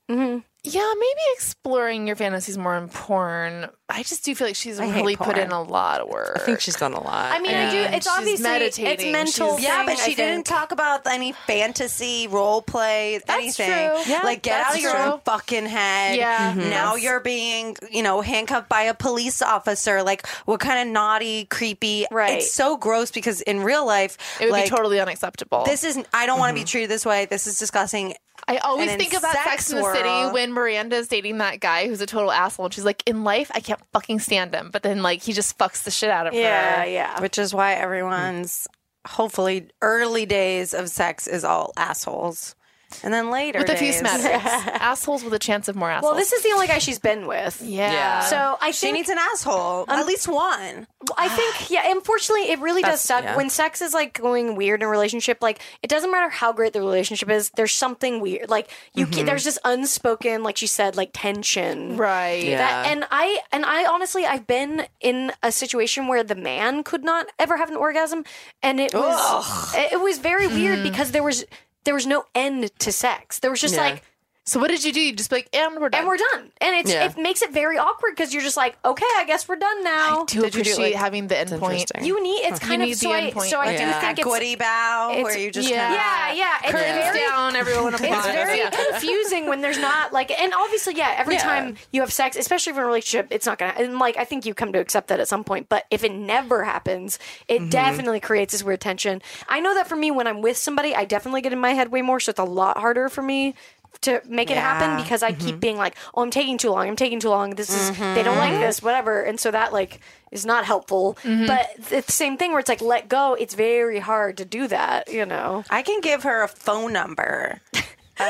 Speaker 4: Yeah, maybe exploring your fantasies more in porn. I just do feel like she's
Speaker 6: hate
Speaker 4: really put
Speaker 6: porn.
Speaker 4: in a lot of work.
Speaker 3: I think she's done a lot.
Speaker 2: I mean, I do. It's
Speaker 4: She's
Speaker 2: obviously it's
Speaker 4: meditating.
Speaker 2: mental.
Speaker 4: She's-
Speaker 6: Yeah,
Speaker 2: thing,
Speaker 6: but
Speaker 2: I
Speaker 6: she didn't
Speaker 2: think.
Speaker 6: talk about any fantasy role play, anything.
Speaker 4: true. Yeah,
Speaker 6: like get out
Speaker 4: that's
Speaker 6: of your
Speaker 4: true.
Speaker 6: own fucking head.
Speaker 4: Yeah. Mhm.
Speaker 6: Now
Speaker 4: That's-
Speaker 6: you're being, you know, handcuffed by a police officer. Like what kind of naughty, creepy?
Speaker 2: Right.
Speaker 6: It's so gross because in real life,
Speaker 4: it would
Speaker 6: like,
Speaker 4: be totally Mm-hmm. unacceptable.
Speaker 6: This is. I don't want to be treated this way. This is disgusting.
Speaker 4: I always
Speaker 6: and in
Speaker 4: think about Sex,
Speaker 6: sex
Speaker 4: in the City
Speaker 6: world-
Speaker 4: when Miranda's dating that guy who's a total asshole, and she's like, "In life, I can't fucking stand him," but then like he just fucks the shit out of
Speaker 2: Yeah,
Speaker 4: her.
Speaker 2: yeah.
Speaker 6: Which is why everyone's hopefully early days of sex is all assholes, and then later
Speaker 4: With a few
Speaker 6: days-
Speaker 4: smatterings, assholes with a chance of more assholes.
Speaker 2: Well, this is the only guy she's been with.
Speaker 4: yeah.
Speaker 3: Yeah.
Speaker 2: So I think
Speaker 6: She needs an asshole,
Speaker 4: Um,
Speaker 6: at least one.
Speaker 2: I think yeah. Unfortunately, it really does
Speaker 3: That's-
Speaker 2: suck
Speaker 3: yeah.
Speaker 2: when sex is like going weird in a relationship. Like it doesn't matter how great the relationship is. There's something weird. Like you, ca- there's this unspoken, like she said, like tension.
Speaker 4: right.
Speaker 3: Yeah.
Speaker 2: That, and I and I honestly I've been in a situation where the man could not ever have an orgasm and it was it, it was very weird because there was there was no end to sex. There was just
Speaker 3: Yeah.
Speaker 2: like
Speaker 4: So what did you do? You just be like, and we're done.
Speaker 2: and we're done. And it's
Speaker 3: Yeah.
Speaker 2: it makes it very awkward because you're just like, okay, I guess we're done now.
Speaker 4: I do
Speaker 3: Did you do,
Speaker 4: appreciate
Speaker 3: like-
Speaker 4: having the end point.
Speaker 3: interesting.
Speaker 2: You need it's kind
Speaker 4: need
Speaker 2: of so
Speaker 4: the
Speaker 2: I,
Speaker 4: end point.
Speaker 2: so I
Speaker 4: Like
Speaker 2: do
Speaker 3: that
Speaker 2: think it's
Speaker 6: Goody bow,
Speaker 2: it's-
Speaker 6: where you just
Speaker 4: yeah.
Speaker 6: kinda-
Speaker 2: yeah yeah it's
Speaker 4: Curtains
Speaker 2: very
Speaker 4: down, everyone
Speaker 2: it's
Speaker 4: applauds.
Speaker 2: very
Speaker 4: Yeah.
Speaker 2: confusing when there's not like and obviously yeah every time you have sex especially if you're in a relationship it's not gonna and like i think you come to accept that at some point but if it never happens it definitely creates this weird tension i know that for me when i'm with somebody i definitely get in my head way more so it's a lot harder for me to make it happen
Speaker 6: Yeah.
Speaker 2: because i keep being like oh i'm taking too long i'm taking too long this is they don't like this whatever and so that like is not helpful but it's the same thing where it's like let go it's very hard to do that you know
Speaker 6: I can give her a phone number of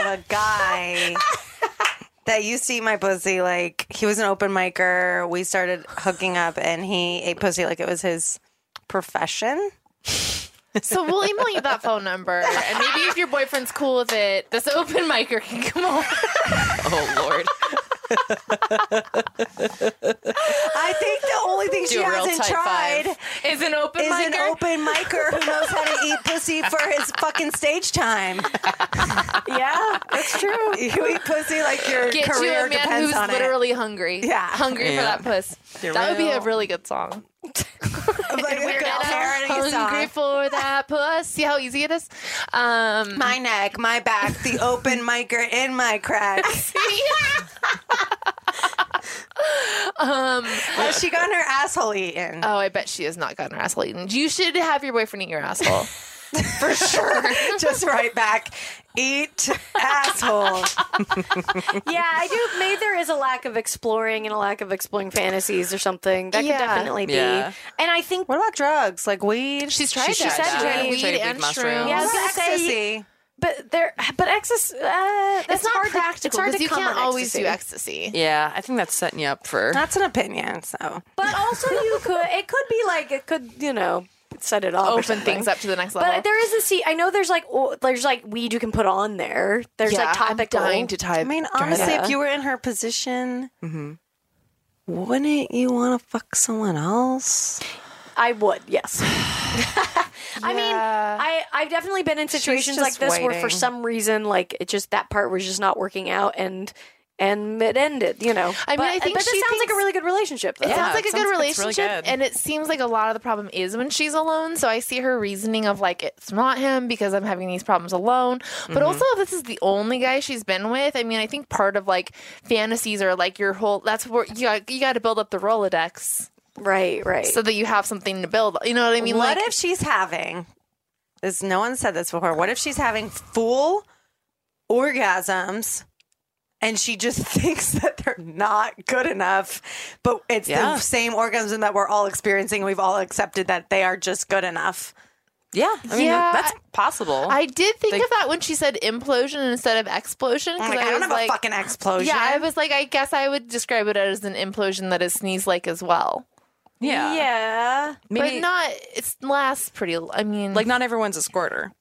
Speaker 6: a
Speaker 4: [LAUGHS]
Speaker 6: guy that used to eat my pussy. Like he was an open micer. We started hooking up, and he ate pussy like it was his profession.
Speaker 4: So we'll email you that phone number, and maybe if your boyfriend's cool with it, this open micer can come
Speaker 3: [LAUGHS]
Speaker 4: over.
Speaker 3: oh Lord.
Speaker 6: I think the only thing she
Speaker 3: a real
Speaker 6: hasn't
Speaker 3: tight
Speaker 6: tried
Speaker 3: five.
Speaker 4: Is an open
Speaker 6: is an
Speaker 4: micer?
Speaker 6: open micer who knows how to eat pussy for his fucking stage time.
Speaker 2: yeah that's true
Speaker 6: You eat pussy like your
Speaker 4: Get you
Speaker 6: career
Speaker 4: a man
Speaker 6: depends
Speaker 4: who's
Speaker 6: on it.
Speaker 4: literally hungry.
Speaker 6: Yeah.
Speaker 4: hungry for
Speaker 3: Yeah.
Speaker 4: that puss. That would be a really good song.
Speaker 6: like
Speaker 2: Weird Al.
Speaker 6: parody
Speaker 4: Hungry
Speaker 6: song.
Speaker 4: for that puss. See how easy it is? Um, [LAUGHS]
Speaker 6: [LAUGHS] My neck, my back,
Speaker 2: [LAUGHS]
Speaker 6: the open micer in my cracks.
Speaker 4: um,
Speaker 6: Uh, she got her asshole eaten.
Speaker 4: oh, I bet she has not gotten her asshole eaten. You should have your boyfriend eat your asshole. For sure.
Speaker 6: [LAUGHS] Just right back. Eat asshole.
Speaker 2: yeah, I do. Maybe there is a lack of exploring and a lack of exploring fantasies or something. That
Speaker 4: Yeah.
Speaker 2: could definitely be.
Speaker 3: Yeah.
Speaker 2: And I think
Speaker 6: What about drugs? Like weed?
Speaker 4: She's tried
Speaker 3: She
Speaker 4: that.
Speaker 2: said
Speaker 4: She's
Speaker 2: she
Speaker 4: tried
Speaker 2: did.
Speaker 4: weed
Speaker 3: Tried big
Speaker 4: and
Speaker 3: mushrooms.
Speaker 4: shrooms.
Speaker 2: Yeah, I
Speaker 6: What
Speaker 2: was
Speaker 6: about
Speaker 2: gonna say-
Speaker 6: ecstasy?
Speaker 2: But there, but ecstasy. Uh, that's
Speaker 4: It's not
Speaker 2: hard
Speaker 4: practical.
Speaker 2: To, it's hard
Speaker 4: 'cause
Speaker 2: to
Speaker 4: you
Speaker 2: come
Speaker 4: can't
Speaker 2: on
Speaker 4: always
Speaker 2: ecstasy.
Speaker 4: do ecstasy.
Speaker 3: Yeah, I think that's setting you up for.
Speaker 6: That's an opinion, so.
Speaker 2: But also, you could. It could be like it could. You know, set it off. or
Speaker 4: Open
Speaker 2: something.
Speaker 4: things up to the next level.
Speaker 2: But there is a see. I know there's like o- there's like weed you can put on there. There's like topical.
Speaker 4: I'm dying to type.
Speaker 6: I mean, honestly,
Speaker 2: Yeah.
Speaker 6: if you were in her position,
Speaker 2: Mm-hmm.
Speaker 6: wouldn't you want to fuck someone else?
Speaker 2: I would. Yes. [SIGHS] I mean, I I've definitely been in situations like
Speaker 6: just
Speaker 2: this where for
Speaker 6: waiting.
Speaker 2: some reason like it just that part was just not working out and and it ended. You know.
Speaker 4: I mean,
Speaker 2: But-
Speaker 4: I think
Speaker 2: but this
Speaker 4: she
Speaker 2: sounds like a
Speaker 4: thinks-
Speaker 2: really good relationship. Though.
Speaker 4: It
Speaker 3: Yeah,
Speaker 4: sounds like
Speaker 3: it
Speaker 4: a
Speaker 3: sounds
Speaker 4: good
Speaker 3: like it's really
Speaker 4: relationship,
Speaker 3: good.
Speaker 4: and it seems like a lot of the problem is when she's alone. So I see her reasoning of like it's not him because I'm having these problems alone. But also, if this is the only guy she's been with, I mean, I think part of like fantasies are like your whole. That's where you got, you got to build up the Rolodex
Speaker 2: Right. Right.
Speaker 4: so that you have something to build. You know what I mean?
Speaker 6: what
Speaker 4: like,
Speaker 6: if she's having this no one said this before. What if she's having full orgasms and she just [LAUGHS] thinks that they're not good enough, but it's
Speaker 3: Yeah.
Speaker 6: the same orgasm that we're all experiencing. We've all accepted that they are just good enough.
Speaker 3: yeah, I mean,
Speaker 4: Yeah,
Speaker 3: that's possible.
Speaker 4: I did think
Speaker 3: Like-
Speaker 4: of that when she said implosion instead of explosion.
Speaker 6: I'm
Speaker 4: 'cause
Speaker 6: like, I, don't
Speaker 4: was
Speaker 6: have
Speaker 4: like-
Speaker 6: a fucking explosion.
Speaker 4: Yeah, I was like, I guess I would describe it as an implosion that is sneeze like as well.
Speaker 3: yeah,
Speaker 2: Yeah.
Speaker 3: Maybe-
Speaker 4: but not it lasts pretty i mean
Speaker 3: like not everyone's a squirter.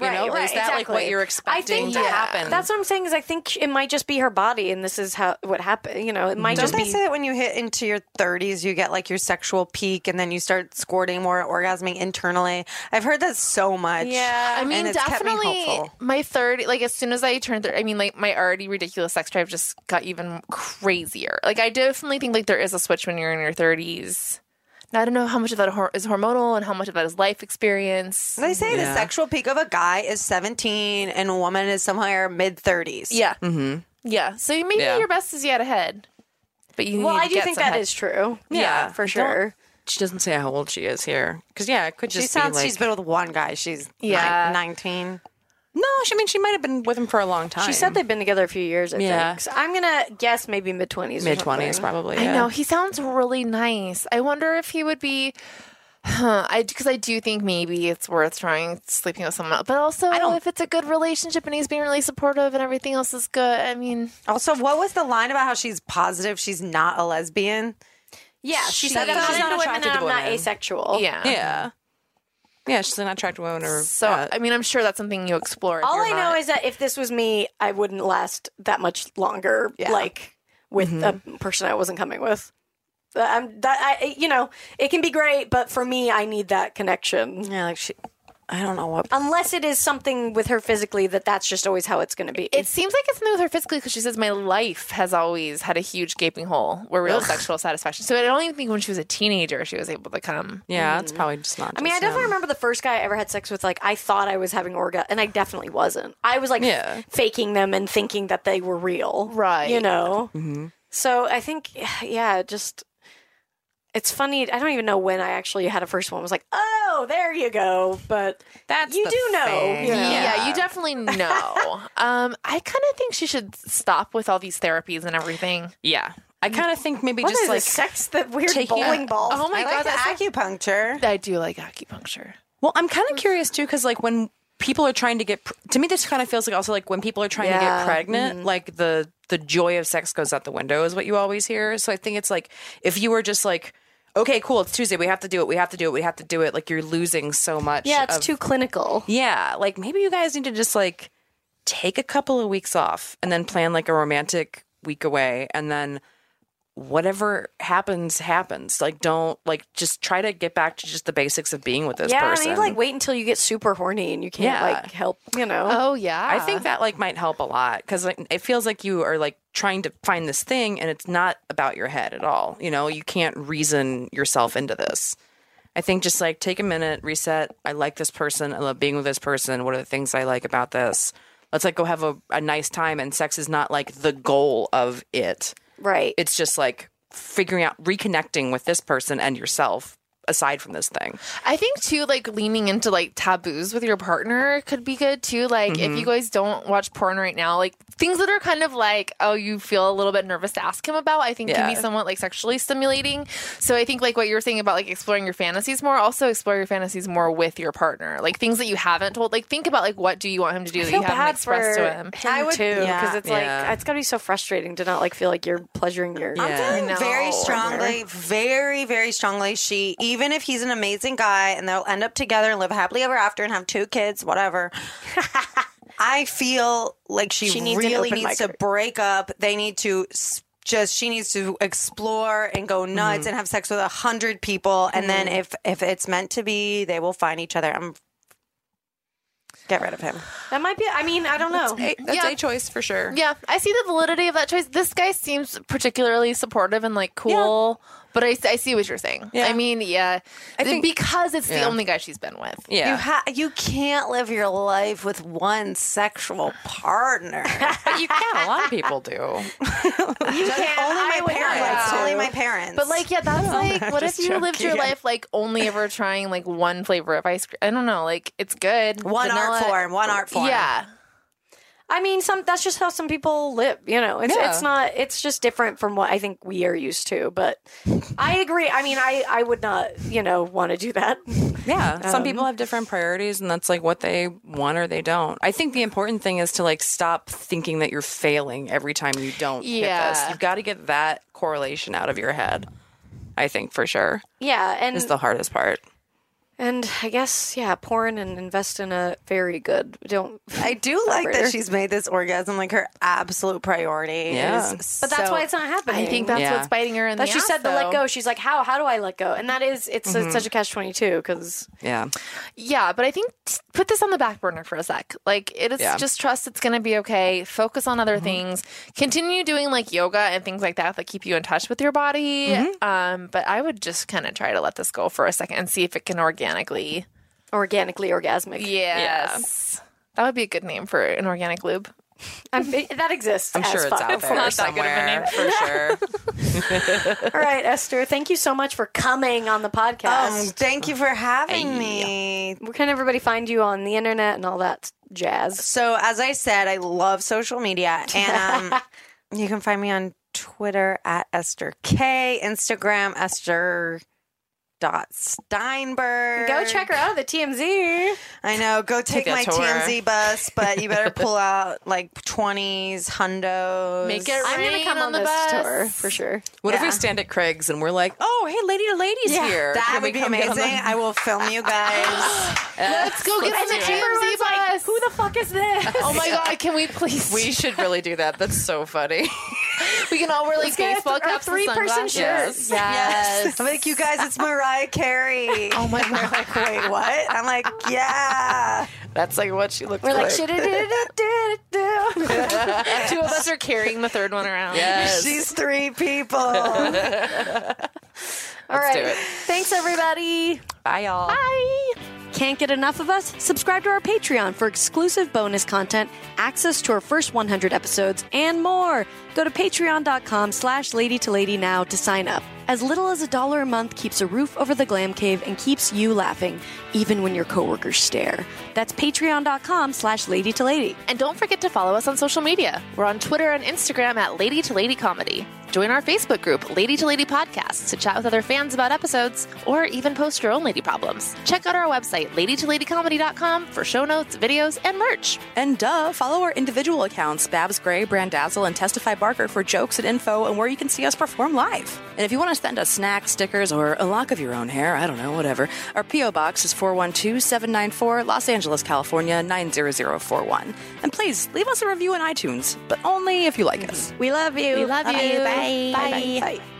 Speaker 3: You know,
Speaker 2: right,
Speaker 3: is that like what
Speaker 2: exactly.
Speaker 3: you're
Speaker 2: I
Speaker 3: expecting
Speaker 2: think
Speaker 3: to
Speaker 2: that-
Speaker 3: happen?
Speaker 2: That's what I'm saying. Is I think it might just be her body, and this is how what happened. You know, it might
Speaker 6: Don't
Speaker 2: just
Speaker 6: they
Speaker 2: be.
Speaker 6: say that when you hit into your 30s, you get like your sexual peak and then you start squirting more, orgasming internally? I've heard that so much.
Speaker 2: Yeah.
Speaker 4: I
Speaker 6: and
Speaker 4: mean,
Speaker 6: it's kept me
Speaker 4: definitely
Speaker 6: hopeful.
Speaker 4: my third, like as soon as I turned thirty, I mean, like my already ridiculous sex drive just got even crazier. Like I definitely think like there is a switch when you're in your thirties. Now I don't know how much of that hor- is hormonal and how much of that is life experience.
Speaker 6: They say the
Speaker 3: Yeah.
Speaker 6: sexual peak of a guy is 17 and a woman is somewhere mid 30s.
Speaker 4: Yeah, mm-hmm. yeah. So maybe
Speaker 3: Yeah.
Speaker 4: your best is yet ahead, but you
Speaker 2: Well,
Speaker 4: need
Speaker 2: I
Speaker 4: to
Speaker 2: do
Speaker 4: get
Speaker 2: think
Speaker 4: some
Speaker 2: that
Speaker 4: head.
Speaker 2: is true. Yeah, for
Speaker 3: don't-
Speaker 2: sure.
Speaker 3: She doesn't say how old she is here, because yeah, it could
Speaker 6: She
Speaker 3: just
Speaker 6: sounds
Speaker 3: be like
Speaker 6: she's been with one guy. She's
Speaker 4: Yeah.
Speaker 6: yeah. 19.
Speaker 3: no. She I mean she might have been with him for a long time.
Speaker 2: She said they've been together a few years. I
Speaker 3: Yeah.
Speaker 2: think. So I'm gonna guess maybe mid twenties.
Speaker 3: mid twenties probably.
Speaker 4: I
Speaker 3: yeah.
Speaker 4: know he sounds really nice. I wonder if he would be. Huh, I because I do think maybe it's worth trying sleeping with someone, else. but also if it's a good relationship and he's being really supportive and everything else is good. I mean,
Speaker 6: Also, what was the line about how she's positive she's not a lesbian?
Speaker 2: Yeah, she,
Speaker 3: She-
Speaker 2: said I'm
Speaker 3: She's
Speaker 2: not into women
Speaker 3: not
Speaker 2: and
Speaker 3: attracted
Speaker 2: I'm
Speaker 3: to
Speaker 2: not
Speaker 3: women.
Speaker 2: asexual.
Speaker 4: yeah,
Speaker 3: Oh, Yeah, yeah. She's an attractive woman, or
Speaker 4: So
Speaker 3: yeah.
Speaker 4: I mean, I'm sure that's something you explore. if
Speaker 2: All
Speaker 4: you're
Speaker 2: I know
Speaker 4: not-
Speaker 2: is that if this was me, I wouldn't last that much longer. Like with a person I wasn't coming with. That- I'm that I you know it can be great, but for me, I need that connection.
Speaker 3: yeah, like she. I don't know what.
Speaker 2: Unless it is something with her physically that that's just always how it's going to be.
Speaker 4: it seems like it's something with her physically because she says my life has always had a huge gaping hole where real sexual satisfaction. So I don't even think when she was a teenager she was able to come.
Speaker 3: Yeah, it's probably just not.
Speaker 2: I mean, I definitely remember the first guy I ever had sex with. Like, I thought I was having orgasm, and I definitely wasn't. I was like
Speaker 3: Yeah.
Speaker 2: faking them and thinking that they were real,
Speaker 4: Right.
Speaker 2: You know.
Speaker 3: Mm-hmm.
Speaker 2: So I think, [SIGHS] yeah, it just it's funny. I don't even know when I actually had a first one. I was like, oh, there you go. But
Speaker 3: That's
Speaker 2: you
Speaker 3: the
Speaker 2: do know,
Speaker 3: thing.
Speaker 2: you know.
Speaker 4: Yeah, you definitely know. [LAUGHS] um, I kind of think she should stop with all these therapies and everything.
Speaker 3: Yeah, I kind of think maybe
Speaker 2: Mm. What
Speaker 3: just
Speaker 2: is
Speaker 3: like
Speaker 2: like sex that weird
Speaker 3: taking a-
Speaker 2: bowling ball?
Speaker 4: Oh my
Speaker 6: I
Speaker 4: god,
Speaker 6: like the
Speaker 4: that's
Speaker 6: acupuncture.
Speaker 4: I do like acupuncture.
Speaker 3: Well, I'm kind of curious too, because like when people are trying to get, pr- to me, this kind of feels like also like when people are trying to
Speaker 2: Yeah. Mm-hmm.
Speaker 3: get pregnant, like the the joy of sex goes out the window is what you always hear. So I think it's like if you were just like, okay, cool, it's Tuesday, we have to do it, we have to do it, we have to do it. Like you're losing so much.
Speaker 2: yeah, it's
Speaker 3: of-
Speaker 2: too clinical.
Speaker 3: Yeah, like maybe you guys need to just like take a couple of weeks off and then plan like a romantic week away and then whatever happens happens like don't like just try to get back to just the basics of being with this
Speaker 2: Yeah,
Speaker 3: person
Speaker 2: I mean, like wait until you get super horny and you can't
Speaker 3: Yeah. Uh,
Speaker 2: like help. You know.
Speaker 4: Oh yeah,
Speaker 3: I think that like might help a lot because like, it feels like you are like trying to find this thing and it's not about your head at all. You know, you can't reason yourself into this. I think just like take a minute, reset. I like this person. I love being with this person. What are the things I like about this? Let's like go have a, a nice time. And sex is not like the goal of it.
Speaker 2: Right.
Speaker 3: It's just like figuring out reconnecting with this person and yourself aside from this thing.
Speaker 4: I think too, like leaning into like taboos with your partner could be good too. Like if you guys don't watch porn right now, like things that are kind of like, oh, you feel a little bit nervous to ask him about, I think can
Speaker 3: Yeah.
Speaker 4: be somewhat like sexually stimulating. So I think like what you were saying about like exploring your fantasies more, also explore your fantasies more with your partner. Like things that you haven't told, like think about like what do you want him to do that you haven't expressed to him.
Speaker 2: I would, too, because
Speaker 6: yeah.
Speaker 2: it's
Speaker 3: Yeah.
Speaker 2: like it's gotta be so frustrating to not like feel like you're pleasuring your.
Speaker 3: I'm Yeah.
Speaker 6: feeling very
Speaker 4: No.
Speaker 6: strongly, very, very strongly. She, even if he's an amazing guy and they'll end up together and live happily ever after and have two kids, [LAUGHS] whatever. I feel like she,
Speaker 2: She needs an
Speaker 6: really
Speaker 2: open
Speaker 6: needs to
Speaker 2: micer.
Speaker 6: break up. They need to s- just she needs to explore and go nuts and have sex with a hundred people, and then if if it's meant to be, they will find each other. I'm get rid of him.
Speaker 2: That might be. I mean, I don't know.
Speaker 3: That's
Speaker 4: Yeah.
Speaker 3: a choice for sure.
Speaker 4: Yeah, I see the validity of that choice. This guy seems particularly supportive and like cool, but I, I see what you're saying.
Speaker 3: Yeah.
Speaker 4: I mean, yeah,
Speaker 3: I think-
Speaker 4: because it's the
Speaker 3: Yeah.
Speaker 4: only guy she's been with.
Speaker 3: Yeah.
Speaker 6: You ha- you can't live your life with one sexual [LAUGHS] partner.
Speaker 3: But you can. A lot of people do. [LAUGHS]
Speaker 2: You can't.
Speaker 6: only my
Speaker 2: I would not
Speaker 6: parents.
Speaker 2: like to.
Speaker 6: Only my parents.
Speaker 4: But like,
Speaker 3: [LAUGHS]
Speaker 4: yeah, that's like, what if you lived your life like only ever trying like one flavor of ice cream? I don't know, like it's good.
Speaker 6: one
Speaker 4: vanilla-
Speaker 6: art form, one art form.
Speaker 4: Yeah,
Speaker 2: I mean, some that's just how some people live. You know, it's
Speaker 3: Yeah.
Speaker 2: it's not. It's just different from what I think we are used to. But I agree. I mean, I I would not. You know, want to do that.
Speaker 3: Yeah, some people have different priorities, and that's like what they want or they don't. I think the important thing is to like stop thinking that you're failing every time you don't hit this.
Speaker 4: Yeah.
Speaker 3: You've got to get that correlation out of your head. I think for sure
Speaker 2: yeah, and
Speaker 3: is the hardest part.
Speaker 2: and I guess yeah, porn and invest in a very good. Don't.
Speaker 6: I do like that
Speaker 2: Operator.
Speaker 6: she's made this orgasm like her absolute priority.
Speaker 3: Yeah.
Speaker 6: Is
Speaker 2: But that's
Speaker 6: so-
Speaker 2: why it's not happening.
Speaker 4: I think that's
Speaker 3: Yeah.
Speaker 4: what's biting her in
Speaker 2: that
Speaker 4: the
Speaker 2: she
Speaker 4: ass,
Speaker 2: said the
Speaker 4: though.
Speaker 2: let go. She's like, how how do I let go? And that is it's
Speaker 4: Mm-hmm.
Speaker 2: a- such a catch twenty two because
Speaker 3: Yeah,
Speaker 4: Yeah, but I think t- put this on the back burner for a sec. Like it is
Speaker 3: Yeah.
Speaker 4: just trust it's going to be okay. Focus on other things. Continue doing like yoga and things like that that keep you in touch with your body. Um, but I would just kind of try to let this go for a second and see if it can organically.
Speaker 2: organically orgasmic.
Speaker 4: Yes. That would be a good name for an organic lube.
Speaker 2: I'm, that exists.
Speaker 3: I'm
Speaker 2: as
Speaker 3: sure it's
Speaker 2: fuck.
Speaker 3: out there
Speaker 4: not that good of a
Speaker 3: somewhere
Speaker 4: name.
Speaker 3: for sure.
Speaker 2: All right, Esther. Thank you so much for coming on the
Speaker 6: Um,
Speaker 2: podcast.
Speaker 6: thank you for having me.
Speaker 2: Where can everybody find you on the internet and all that jazz?
Speaker 6: So as I said, I love social media,
Speaker 2: [LAUGHS]
Speaker 6: and um, you can find me on Twitter at Esther K, Instagram Esther dot Steinberg.
Speaker 2: Go check her out of the TMZ.
Speaker 6: I know. Go take,
Speaker 3: a
Speaker 6: my
Speaker 3: tour.
Speaker 6: TMZ bus, but you better pull out like twenties, hundos.
Speaker 4: Make it
Speaker 2: I'm gonna
Speaker 4: Rain
Speaker 2: come
Speaker 4: on
Speaker 2: on,
Speaker 4: the
Speaker 2: this
Speaker 4: bus.
Speaker 2: tour for sure.
Speaker 3: What if we stand at Craig's and we're like, "Oh, hey, lady to ladies here."
Speaker 6: That
Speaker 3: Can we
Speaker 6: would be
Speaker 3: come get
Speaker 6: amazing.
Speaker 3: on the-
Speaker 6: I will film
Speaker 3: [LAUGHS]
Speaker 6: you guys.
Speaker 4: Let's go get the TMZ
Speaker 2: Everyone's like,
Speaker 4: bus.
Speaker 2: who
Speaker 4: [LAUGHS]
Speaker 2: the fuck is this?
Speaker 4: Oh my god, can we please?
Speaker 3: We should really do that. That's so funny.
Speaker 4: we can all wear like
Speaker 2: get a
Speaker 4: baseball
Speaker 2: th- a
Speaker 4: caps and
Speaker 2: three-person
Speaker 4: sunglasses.
Speaker 2: shirt.
Speaker 4: Yes.
Speaker 6: I'm like, you guys, it's Mariah Carey.
Speaker 4: Oh
Speaker 6: [LAUGHS]
Speaker 4: my god.
Speaker 6: like, wait, what? I'm like, yeah.
Speaker 4: That's like what she looks
Speaker 2: We're
Speaker 4: like.
Speaker 2: like, shit, it, it, it, it, it, it.
Speaker 4: Two of us are carrying the third one around.
Speaker 3: Yes.
Speaker 6: She's
Speaker 3: [LAUGHS]
Speaker 6: three people.
Speaker 2: All right.
Speaker 3: do it.
Speaker 2: Thanks, everybody.
Speaker 3: Bye, y'all.
Speaker 2: Can't get enough of us? Subscribe to our Patreon for exclusive bonus content, access to our first 100 episodes, and more. Go to patreon.com slash lady to lady now to sign up. As little as a dollar a month keeps a roof over the glam cave and keeps you laughing, even when your coworkers stare. That's patreon.com slash lady to lady.
Speaker 4: And don't forget to follow us on social media. We're on Twitter and Instagram at Lady to Lady Comedy. Join our Facebook group, Lady to Lady Podcast, to chat with other fans about episodes or even post your own lady problems. Check out our website, ladytoladycomedy.com, for show notes, videos, and merch.
Speaker 3: And duh, follow our individual accounts, Babs Gray, Brandazzle, and Testify Barker for jokes and info and where you can see us perform live. And if you want to send us snacks, stickers, or a lock of your own hair, I don't know, whatever, our P.O. Box is 412-794, Los Angeles, California, 90041. And please, leave us a review on iTunes, but only if you like us.
Speaker 2: We love you.
Speaker 4: We love you.
Speaker 2: Bye.
Speaker 4: Bye.
Speaker 2: Bye. Bye.